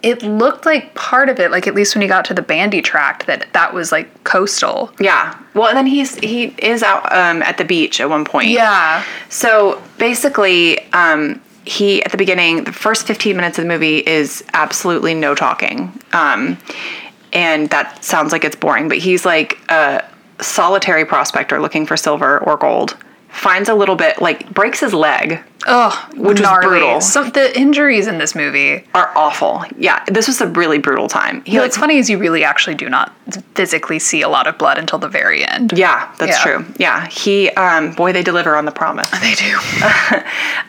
S2: It looked like part of it, like at least when he got to the Bandy Tract, that that was like coastal.
S1: Yeah. Well, and then he's he is out um, at the beach at one point.
S2: Yeah,
S1: So basically, um, he at the beginning, the first 15 minutes of the movie is absolutely no talking. Um, and that sounds like it's boring, but he's like a solitary prospector looking for silver or gold. Finds a little bit, like breaks his leg,
S2: oh,
S1: Which was brutal.
S2: Some the injuries in this movie.
S1: are awful. Yeah, this was a really brutal time. He like,
S2: What's funny is you really actually do not physically see a lot of blood until the very end.
S1: yeah, that's
S2: Yeah.
S1: true. Yeah, he, um, boy, they deliver on the promise.
S2: They do.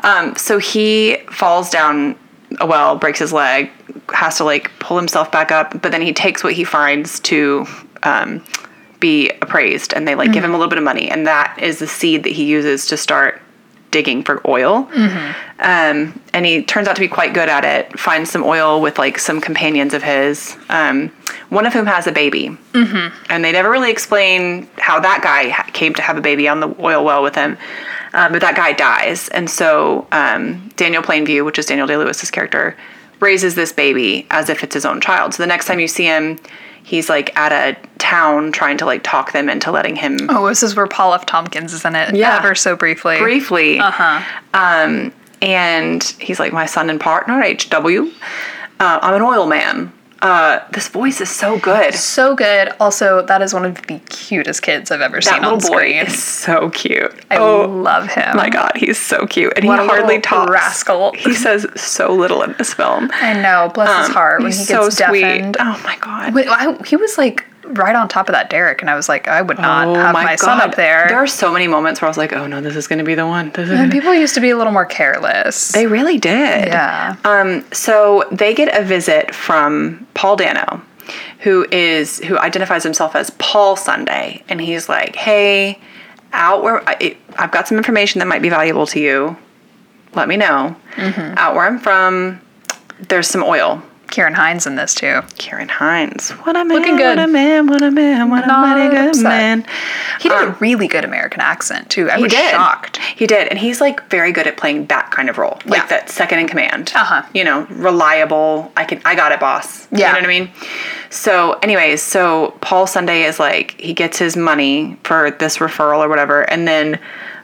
S1: Um, so he falls down a well, breaks his leg, has to like pull himself back up, but then he takes what he finds to um, be appraised, and they like give him a little bit of money, and that is the seed that he uses to start digging for oil. Um, and he turns out to be quite good at it. Finds some oil with like some companions of his, um, one of whom has a baby, mm-hmm. and they never really explain how that guy ha- came to have a baby on the oil well with him. Um, but that guy dies, and so um, Daniel Plainview, which is Daniel Day Lewis's character, raises this baby as if it's his own child. So the next time you see him, he's like at a town trying to like talk them into letting him
S2: Oh, this is where Paul F. Tompkins is in it,
S1: Yeah.
S2: ever so briefly.
S1: briefly.
S2: Uh-huh.
S1: Um, and he's like, my son and partner, HW. Uh, I'm an oil man. Uh, this voice is so good.
S2: So good. Also, that is one of the cutest kids I've ever
S1: That
S2: seen
S1: little
S2: on
S1: boy
S2: screen.
S1: is so cute.
S2: I
S1: oh
S2: love him.
S1: my god, he's so cute, and
S2: What
S1: he
S2: a
S1: hardly
S2: little
S1: talks.
S2: rascal.
S1: He says so little in this film.
S2: I know. Bless his heart when
S1: Um, he's
S2: he
S1: so
S2: gets
S1: sweet.
S2: deafened.
S1: Oh my god.
S2: Wait, I, he was like right on top of that Derek, and I was like, I would not
S1: Oh
S2: have my, son
S1: God.
S2: up there.
S1: are so many moments where I was like, "Oh no, this is going to be the one." This is
S2: And people used to be a little more careless.
S1: They really did.
S2: Yeah.
S1: Um, so they get a visit from Paul Dano, who is who identifies himself as Paul Sunday, and he's like, "Hey, out where I, it, I've got some information that might be valuable to you. Let me know.
S2: Mm-hmm.
S1: Out where I'm from, there's some oil.
S2: Karen Hines in this too.
S1: Karen Hines, what a man,
S2: Looking good.
S1: what a man, what a man, what a
S2: Not
S1: mighty good
S2: upset.
S1: man."
S2: He did a really good American accent too. I
S1: um, He
S2: was
S1: did.
S2: shocked.
S1: He did, and he's like very good at playing that kind of role, like
S2: Yeah.
S1: that second in command.
S2: Uh-huh.
S1: You know, reliable. I can. I got it, boss.
S2: Yeah.
S1: You know what I mean? So, anyways, so Paul Sunday is like he gets his money for this referral or whatever, and then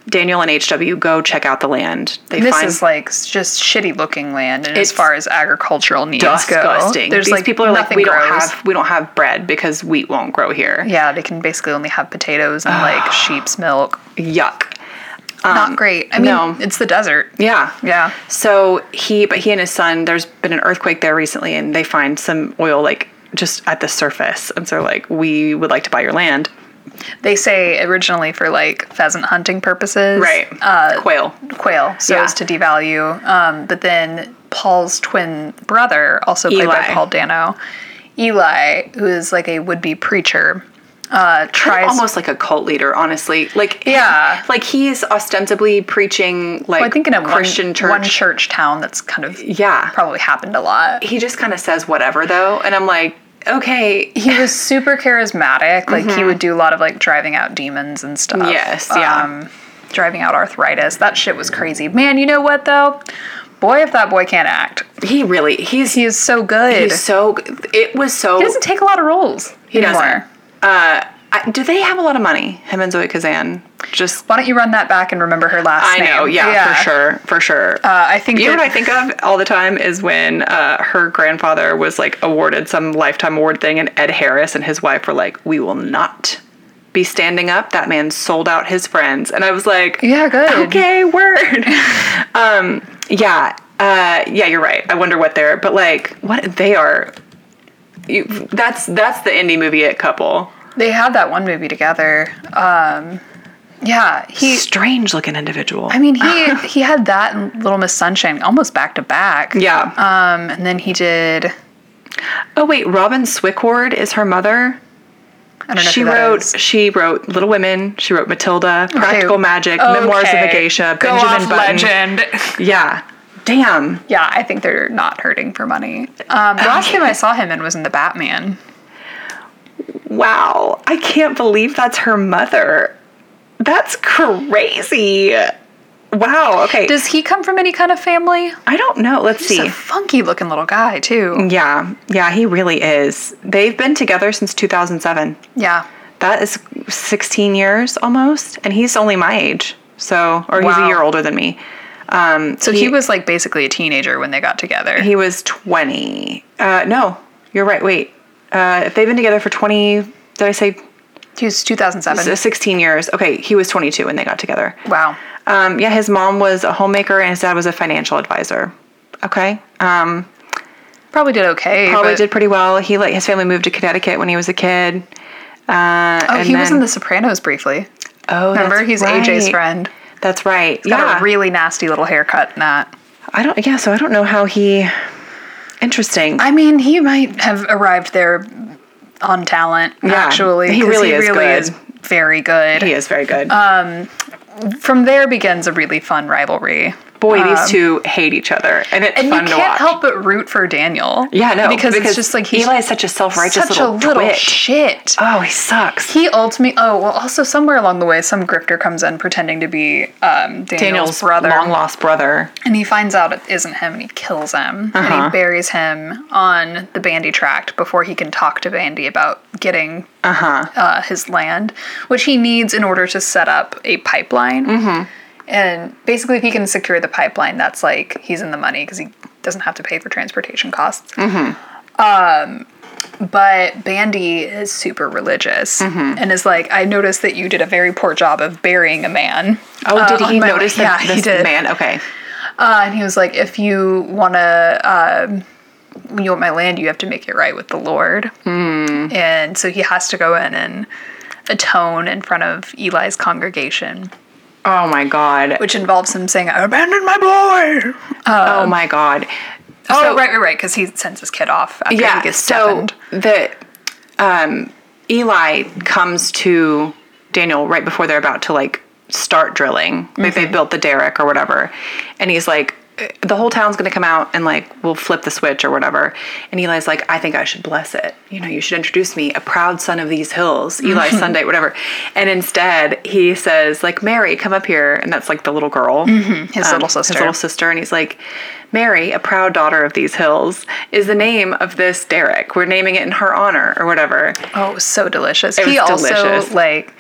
S1: Daniel and HW go check out the land. They
S2: This
S1: find
S2: is like s- just shitty looking land, and as
S1: It's
S2: far as agricultural needs
S1: disgusting.
S2: go, there's
S1: These
S2: like
S1: people are like
S2: nothing
S1: we
S2: grows.
S1: don't have we don't have bread because wheat won't grow here.
S2: Yeah, they can basically only have potatoes and like sheep's milk.
S1: Yuck.
S2: Not great. I mean,
S1: Um, no.
S2: it's the desert.
S1: Yeah.
S2: Yeah.
S1: So he, but he and his son, there's been an earthquake there recently, and they find some oil like just at the surface, and so they're like, we would like to buy your land,
S2: They say originally for like pheasant hunting purposes, Uh,
S1: Quail.
S2: quail, so
S1: Yeah.
S2: as to devalue. Um, but then Paul's twin brother, also played by
S1: Eli.
S2: Paul Dano, Eli, who is like a would-be preacher, uh, tries
S1: Almost like a cult leader, honestly. Like
S2: Yeah.
S1: like he's ostensibly preaching like
S2: Well, I think in a one-
S1: Christian church.
S2: one church town that's kind of
S1: yeah,
S2: probably happened a lot.
S1: he just kind of says whatever though, and I'm like, okay,
S2: He was super charismatic. Like he would do a lot of like driving out demons and stuff.
S1: Mm-hmm.
S2: Um,
S1: Yes, yeah.
S2: driving out arthritis. That shit was crazy. Man, you know what though? Boy, if that boy can't act,
S1: he really he's
S2: he is so good.
S1: he's so it was so
S2: he doesn't take a lot of roles
S1: He doesn't.
S2: anymore.
S1: I, do they have a lot of money? Him and Zoe Kazan. Just
S2: Why don't you run that back and remember her last
S1: I
S2: name?
S1: know, yeah, for sure, for sure.
S2: Uh, I think
S1: you know
S2: that-
S1: what I think of all the time is when uh, her grandfather was like awarded some lifetime award thing, and Ed Harris and his wife were like, "We will not be standing up." That man sold out his friends, and I was like,
S2: Yeah, good.
S1: okay, word." um, yeah, uh, yeah, you're right. I wonder what they're, but like, what they are. You, that's that's the indie movie it couple.
S2: They had that one movie together. Um, yeah, he.
S1: Strange looking individual.
S2: I mean, he he had that and Little Miss Sunshine almost back to back.
S1: yeah.
S2: Um, and then he did.
S1: Oh wait, Robin Swickward is her mother.
S2: I don't know.
S1: She
S2: who that
S1: wrote
S2: is.
S1: she wrote Little Women, she wrote Matilda, Practical Magic, Memoirs of a
S2: Okay.
S1: Geisha,
S2: Go
S1: Benjamin
S2: off
S1: Button.
S2: Legend.
S1: Yeah. Damn.
S2: yeah, I think they're not hurting for money. Um, the last time I saw him in was in the Batman.
S1: Wow. I can't believe that's her mother. That's crazy. Wow. Okay.
S2: Does he come from any kind of family?
S1: I don't know. Let's
S2: He's
S1: see. Mm.
S2: a funky looking little guy too.
S1: yeah. Yeah, he really is. They've been together since 2007.
S2: Yeah.
S1: That is 16 years almost, and he's only my age. So, or he's a
S2: Wow.
S1: year older than me. Um,
S2: So he, was like basically a teenager when they got together.
S1: He was 20. Uh, no, you're right. Wait. Uh, if they've been together for 20, did I say
S2: He was 2007.
S1: 16 years? Okay, he was 22 when they got together.
S2: Wow.
S1: Um, yeah, his mom was a homemaker and his dad was a financial advisor. Okay. Um,
S2: Probably did okay.
S1: probably
S2: but-
S1: did pretty well. He like his family moved to Connecticut when he was a kid. Uh,
S2: Oh,
S1: and
S2: he was
S1: then-
S2: in The Sopranos briefly.
S1: Oh,
S2: Remember,
S1: that's
S2: he's
S1: right.
S2: AJ's friend.
S1: That's right.
S2: Got
S1: yeah.
S2: a really nasty little haircut in that.
S1: I don't. Yeah. So I don't know how he. Interesting.
S2: I mean, he might have arrived there on talent, actually.
S1: he
S2: 'cause
S1: really is good.
S2: very good.
S1: he is very good.
S2: Uh, From there begins a really fun rivalry.
S1: Boy, these two hate each other, and it's
S2: um, And
S1: fun
S2: you
S1: to
S2: can't
S1: watch.
S2: help but root for Daniel.
S1: Yeah, no,
S2: Because, it's just like he's
S1: Eli is such a self-righteous
S2: such
S1: little,
S2: a little
S1: twit.
S2: shit.
S1: oh, he sucks.
S2: He ultimately. Oh well. Also, somewhere along the way, some grifter comes in pretending to be um, Daniel's,
S1: Daniel's
S2: brother,
S1: long-lost brother.
S2: and he finds out it isn't him, and he kills him, and he buries him on the Bandy tract before he can talk to Bandy about getting uh his land, which he needs in order to set up a pipeline. And basically, if he can secure the pipeline, that's like he's in the money because he doesn't have to pay for transportation costs. Um, but Bandy is super religious and is like, I noticed that you did a very poor job of burying a man.
S1: Oh,
S2: uh,
S1: did
S2: on
S1: he
S2: my-
S1: notice that
S2: Yeah, he
S1: this
S2: did.
S1: man? Okay,
S2: Uh, and he was like, if you want to, um, you want my land, you have to make it right with the Lord.
S1: Hmm.
S2: Mm. And so he has to go in and atone in front of Eli's congregation,
S1: oh my god,
S2: which involves him saying, "Oh, I abandoned my boy. Um,
S1: oh my god.
S2: Oh,
S1: So-
S2: right, right, right, because he sends his kid off after
S1: yeah.
S2: he gets
S1: so
S2: deafened.
S1: the um, Eli comes to Daniel right before they're about to like start drilling. Like they built the derrick or whatever, and he's like. The whole town's gonna come out and like we'll flip the switch or whatever. And Eli's like, I think I should bless it. You know, you should introduce me, a proud son of these hills, Eli Sunday, whatever. And instead, he says like, Mary, come up here, and that's like the little girl,
S2: His
S1: um,
S2: little sister.
S1: His little sister, and he's like, Mary, a proud daughter of these hills, is the name of this derrick. We're naming it in her honor or whatever.
S2: oh, it was so delicious.
S1: It
S2: he
S1: was
S2: also,
S1: delicious.
S2: like,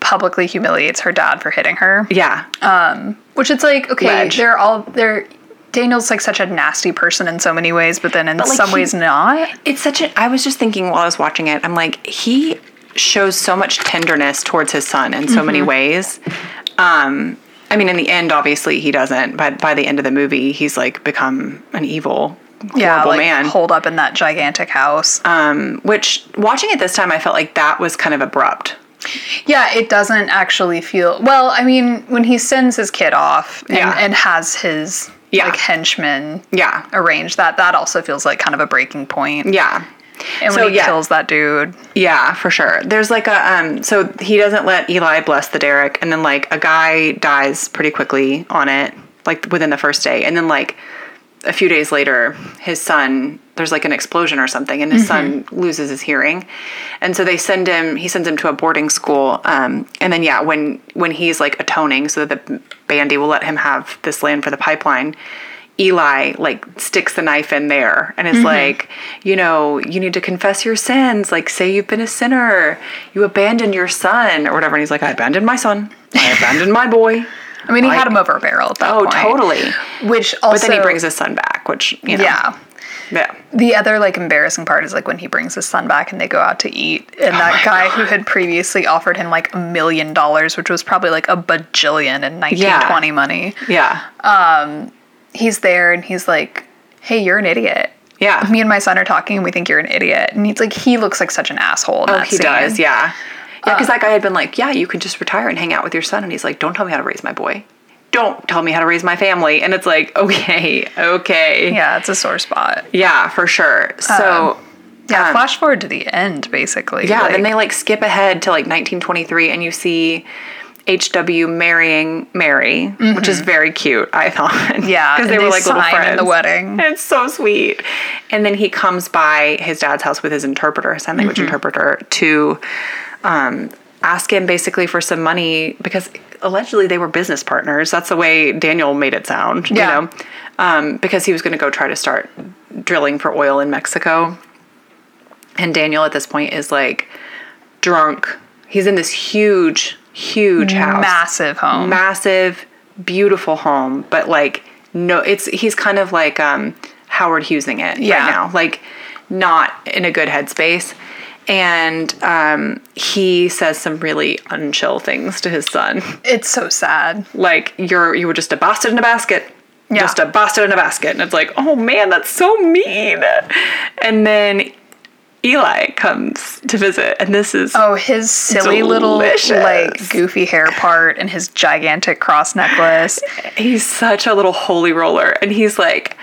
S2: publicly humiliates her dad for hitting her.
S1: Yeah.
S2: Which it's like, okay,
S1: Ledge.
S2: they're all they're Daniel's like such a nasty person in so many ways, but then in
S1: like,
S2: some
S1: he-
S2: ways not.
S1: it's such a i was just thinking while i was watching it i'm like he shows so much tenderness towards his son in so many ways um i mean in the end obviously he doesn't but by the end of the movie he's like become an evil horrible
S2: yeah, like
S1: man
S2: holed up in that gigantic house. Um,
S1: which watching it this time i felt like that was kind of abrupt
S2: yeah, it doesn't actually feel well. I mean, when he sends his kid off and,
S1: Yeah.
S2: and has his
S1: Yeah.
S2: like henchmen
S1: yeah
S2: arrange that, that also feels like kind of a breaking point.
S1: yeah
S2: And when
S1: So,
S2: he
S1: yeah.
S2: kills that dude,
S1: Yeah, for sure. There's like a um so he doesn't let Eli bless the Derek and then like a guy dies pretty quickly on it, like within the first day. And then like a few days later, his son there's like an explosion or something and his son loses his hearing. And so they send him he sends him to a boarding school. Um and then yeah, when when he's like atoning so that the bandy will let him have this land for the pipeline, Eli like sticks the knife in there and
S2: Mm-hmm.
S1: is like, you know, you need to confess your sins. Like, say you've been a sinner, you abandoned your son or whatever. And he's like, I abandoned my son. I abandoned my boy.
S2: I mean, he
S1: Like-
S2: had him over a barrel at that
S1: Oh,
S2: point.
S1: totally.
S2: Which also,
S1: But then he brings his son back, which you know,
S2: yeah.
S1: yeah,
S2: The other like embarrassing part is like when he brings his son back and they go out to eat, and
S1: Oh
S2: that guy who had previously offered him like a million dollars, which was probably like a bajillion in nineteen twenty money,
S1: yeah,
S2: he's there and he's like, "Hey, you're an idiot."
S1: yeah.
S2: Me and my son are talking, and we think you're an idiot. And he's like, he looks like such an asshole. In
S1: oh,
S2: that
S1: he
S2: scene.
S1: does. Yeah, yeah.
S2: Uh,
S1: Because that guy had been like, yeah, you can just retire and hang out with your son, and he's like, don't tell me how to raise my boy. Don't tell me how to raise my family. And it's like, okay, okay.
S2: yeah, Uh, it's a sore spot.
S1: Yeah, for sure. So.
S2: Yeah,
S1: Um,
S2: flash forward to the end, basically.
S1: Yeah,
S2: like,
S1: then they like skip ahead to like 1923 and you see HW marrying Mary, which is very cute, I thought.
S2: Mm-hmm. yeah,
S1: Because
S2: and
S1: they, were like little
S2: sign
S1: friends.
S2: in the wedding.
S1: It's so sweet. And then he comes by his dad's house with his interpreter, his sign
S2: Mm-hmm.
S1: language interpreter, to um, ask him basically for some money because allegedly they were business partners. That's the way Daniel made it sound,
S2: Yeah.
S1: you know, um, because he was going to go try to start drilling for oil in Mexico. And Daniel at this point is like drunk. He's in this huge, huge house
S2: Massive home.
S1: massive, beautiful home, but like no, it's he's kind of like um, Howard Hughesing it
S2: Yeah.
S1: right now, like not in a good headspace. And um, he says some really unchill things to his son,
S2: it's so sad.
S1: like you're you were just a bastard in a basket.
S2: Yeah.
S1: Just a bastard in a basket. And it's like, oh man, that's so mean. And then Eli comes to visit, and this is
S2: Oh, his silly
S1: Delicious.
S2: little like goofy hair part and his gigantic cross necklace.
S1: he's such a little holy roller and he's like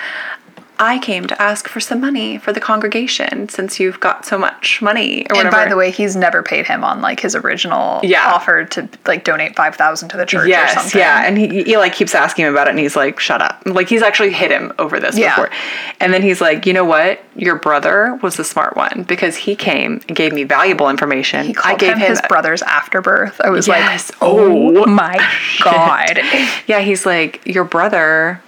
S1: i came to ask for some money for the congregation since you've got so much money or
S2: and
S1: whatever
S2: by the way, he's never paid him on like his original
S1: Yeah.
S2: offer to like donate five thousand to the church or
S1: yes
S2: something.
S1: yeah and he, eli keeps asking him about it and he's like shut up like he's actually hit him over this
S2: Yeah.
S1: before and then he's like you know what your brother was the smart one because he came and gave me valuable information
S2: He called
S1: i gave
S2: him,
S1: him
S2: his brother's afterbirth. I was
S1: Yes.
S2: like, oh my god.
S1: yeah he's like your brother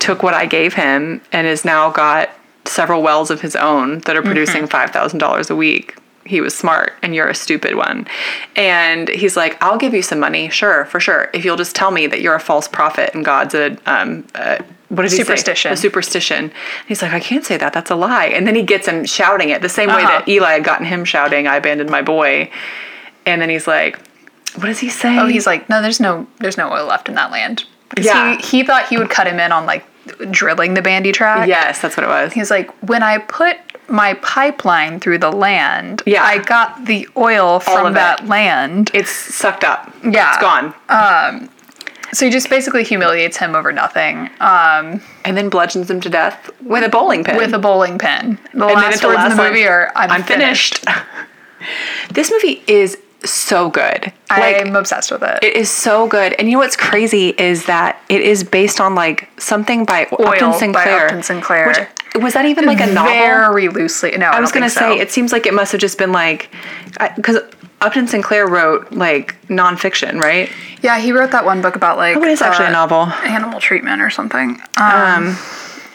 S1: took what i gave him and has now got several wells of his own that are
S2: Mm-hmm.
S1: producing $5000 a week he was smart and you're a stupid one and he's like i'll give you some money sure for sure if you'll just tell me that you're a false prophet and god's a um a, what did he say?
S2: Superstition.
S1: a superstition and he's like i can't say that that's a lie and then he gets him shouting it the same way
S2: Uh-huh.
S1: that eli had gotten him shouting i abandoned my boy and then he's like what does he say
S2: Oh, he's like, no, there's no, there's no oil left in that land. 'Cause
S1: Yeah.
S2: He, he thought he would cut him in on like drilling the bandy track.
S1: yes that's what it was
S2: He's like, when I put my pipeline through the land,
S1: Yeah.
S2: I got the oil
S1: of
S2: from
S1: it.
S2: that land.
S1: it's sucked up.
S2: Yeah. Uh,
S1: It's gone.
S2: So he just basically humiliates him over nothing uh,
S1: and then bludgeons him to death with a bowling pin.
S2: with a bowling pin. The
S1: and
S2: last words in the movie are, I'm, finished.
S1: this movie is so good. Like
S2: I'm obsessed with it.
S1: it is so good. And you know what's crazy is that it is based on like something by
S2: by
S1: Upton Sinclair.
S2: Upton Sinclair.
S1: Which, was that even like a novel?
S2: Very loosely. No, I,
S1: I was
S2: going
S1: gonna
S2: to
S1: say it seems like it must have just been like, because Upton Sinclair wrote like nonfiction, right?
S2: Yeah, he wrote that one book about like.
S1: But it's Oh, actually
S2: uh,
S1: a novel.
S2: Animal treatment or something. Um,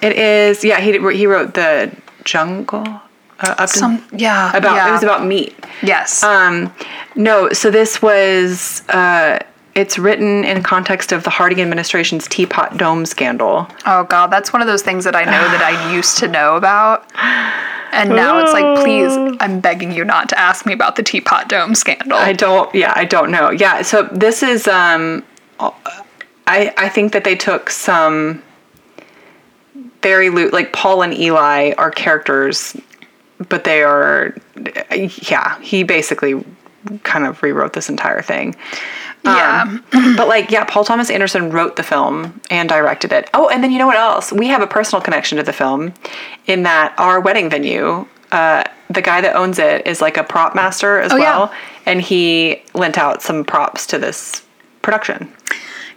S1: It is. Yeah, he he wrote the Jungle uh, Upton.
S2: Some yeah.
S1: about
S2: yeah.
S1: it was about meat.
S2: yes.
S1: Um, no, so this was uh, it's written in context of the Harding administration's Teapot Dome scandal.
S2: oh god, that's one of those things that I know that I used to know about. And now it's like, please, I'm begging you not to ask me about the Teapot Dome scandal.
S1: Oh. I don't. Yeah, I don't know. Yeah, so this is. Um, I I think that they took some very loot like Paul and Eli are characters, but they are. Yeah, he basically kind of rewrote this entire thing.
S2: yeah.
S1: but like, yeah, Paul Thomas Anderson wrote the film and directed it. Oh, and then you know what else? We have a personal connection to the film, in that our wedding venue, uh, the guy that owns it is like a prop master as
S2: Oh, yeah.
S1: well, and he lent out some props to this production.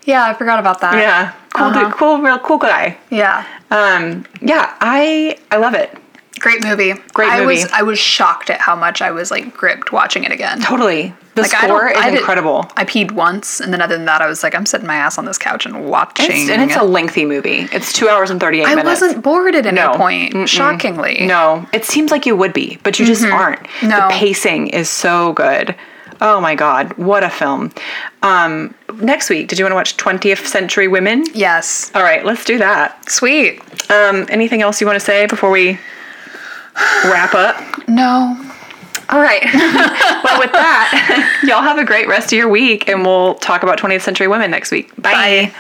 S2: yeah, I forgot about that.
S1: Yeah, cool, dude, cool, real cool guy.
S2: Yeah.
S1: Um, yeah, I I love it
S2: Great movie.
S1: Great
S2: I was
S1: movie.
S2: I was shocked at how much I was like gripped watching it again.
S1: totally. The
S2: Like, I
S1: score
S2: don't-
S1: is
S2: I didn't-
S1: incredible.
S2: I peed once, and then other than that, I was like, I'm sitting my ass on this couch and watching.
S1: It's, and it's a lengthy movie. It's two hours and thirty eight
S2: I
S1: minutes.
S2: wasn't bored at any
S1: No.
S2: point. Shockingly,
S1: No, it seems like you would be, but you just aren't.
S2: No.
S1: The pacing is so good. Oh my god, what a film. Um, next week, did you want to watch 20th Century Women?
S2: Yes,
S1: All right, let's do that.
S2: sweet.
S1: Um, anything else you want to say before we wrap up?
S2: No,
S1: All right. well, with that, y'all have a great rest of your week, and we'll talk about 20th Century Women next week. Bye.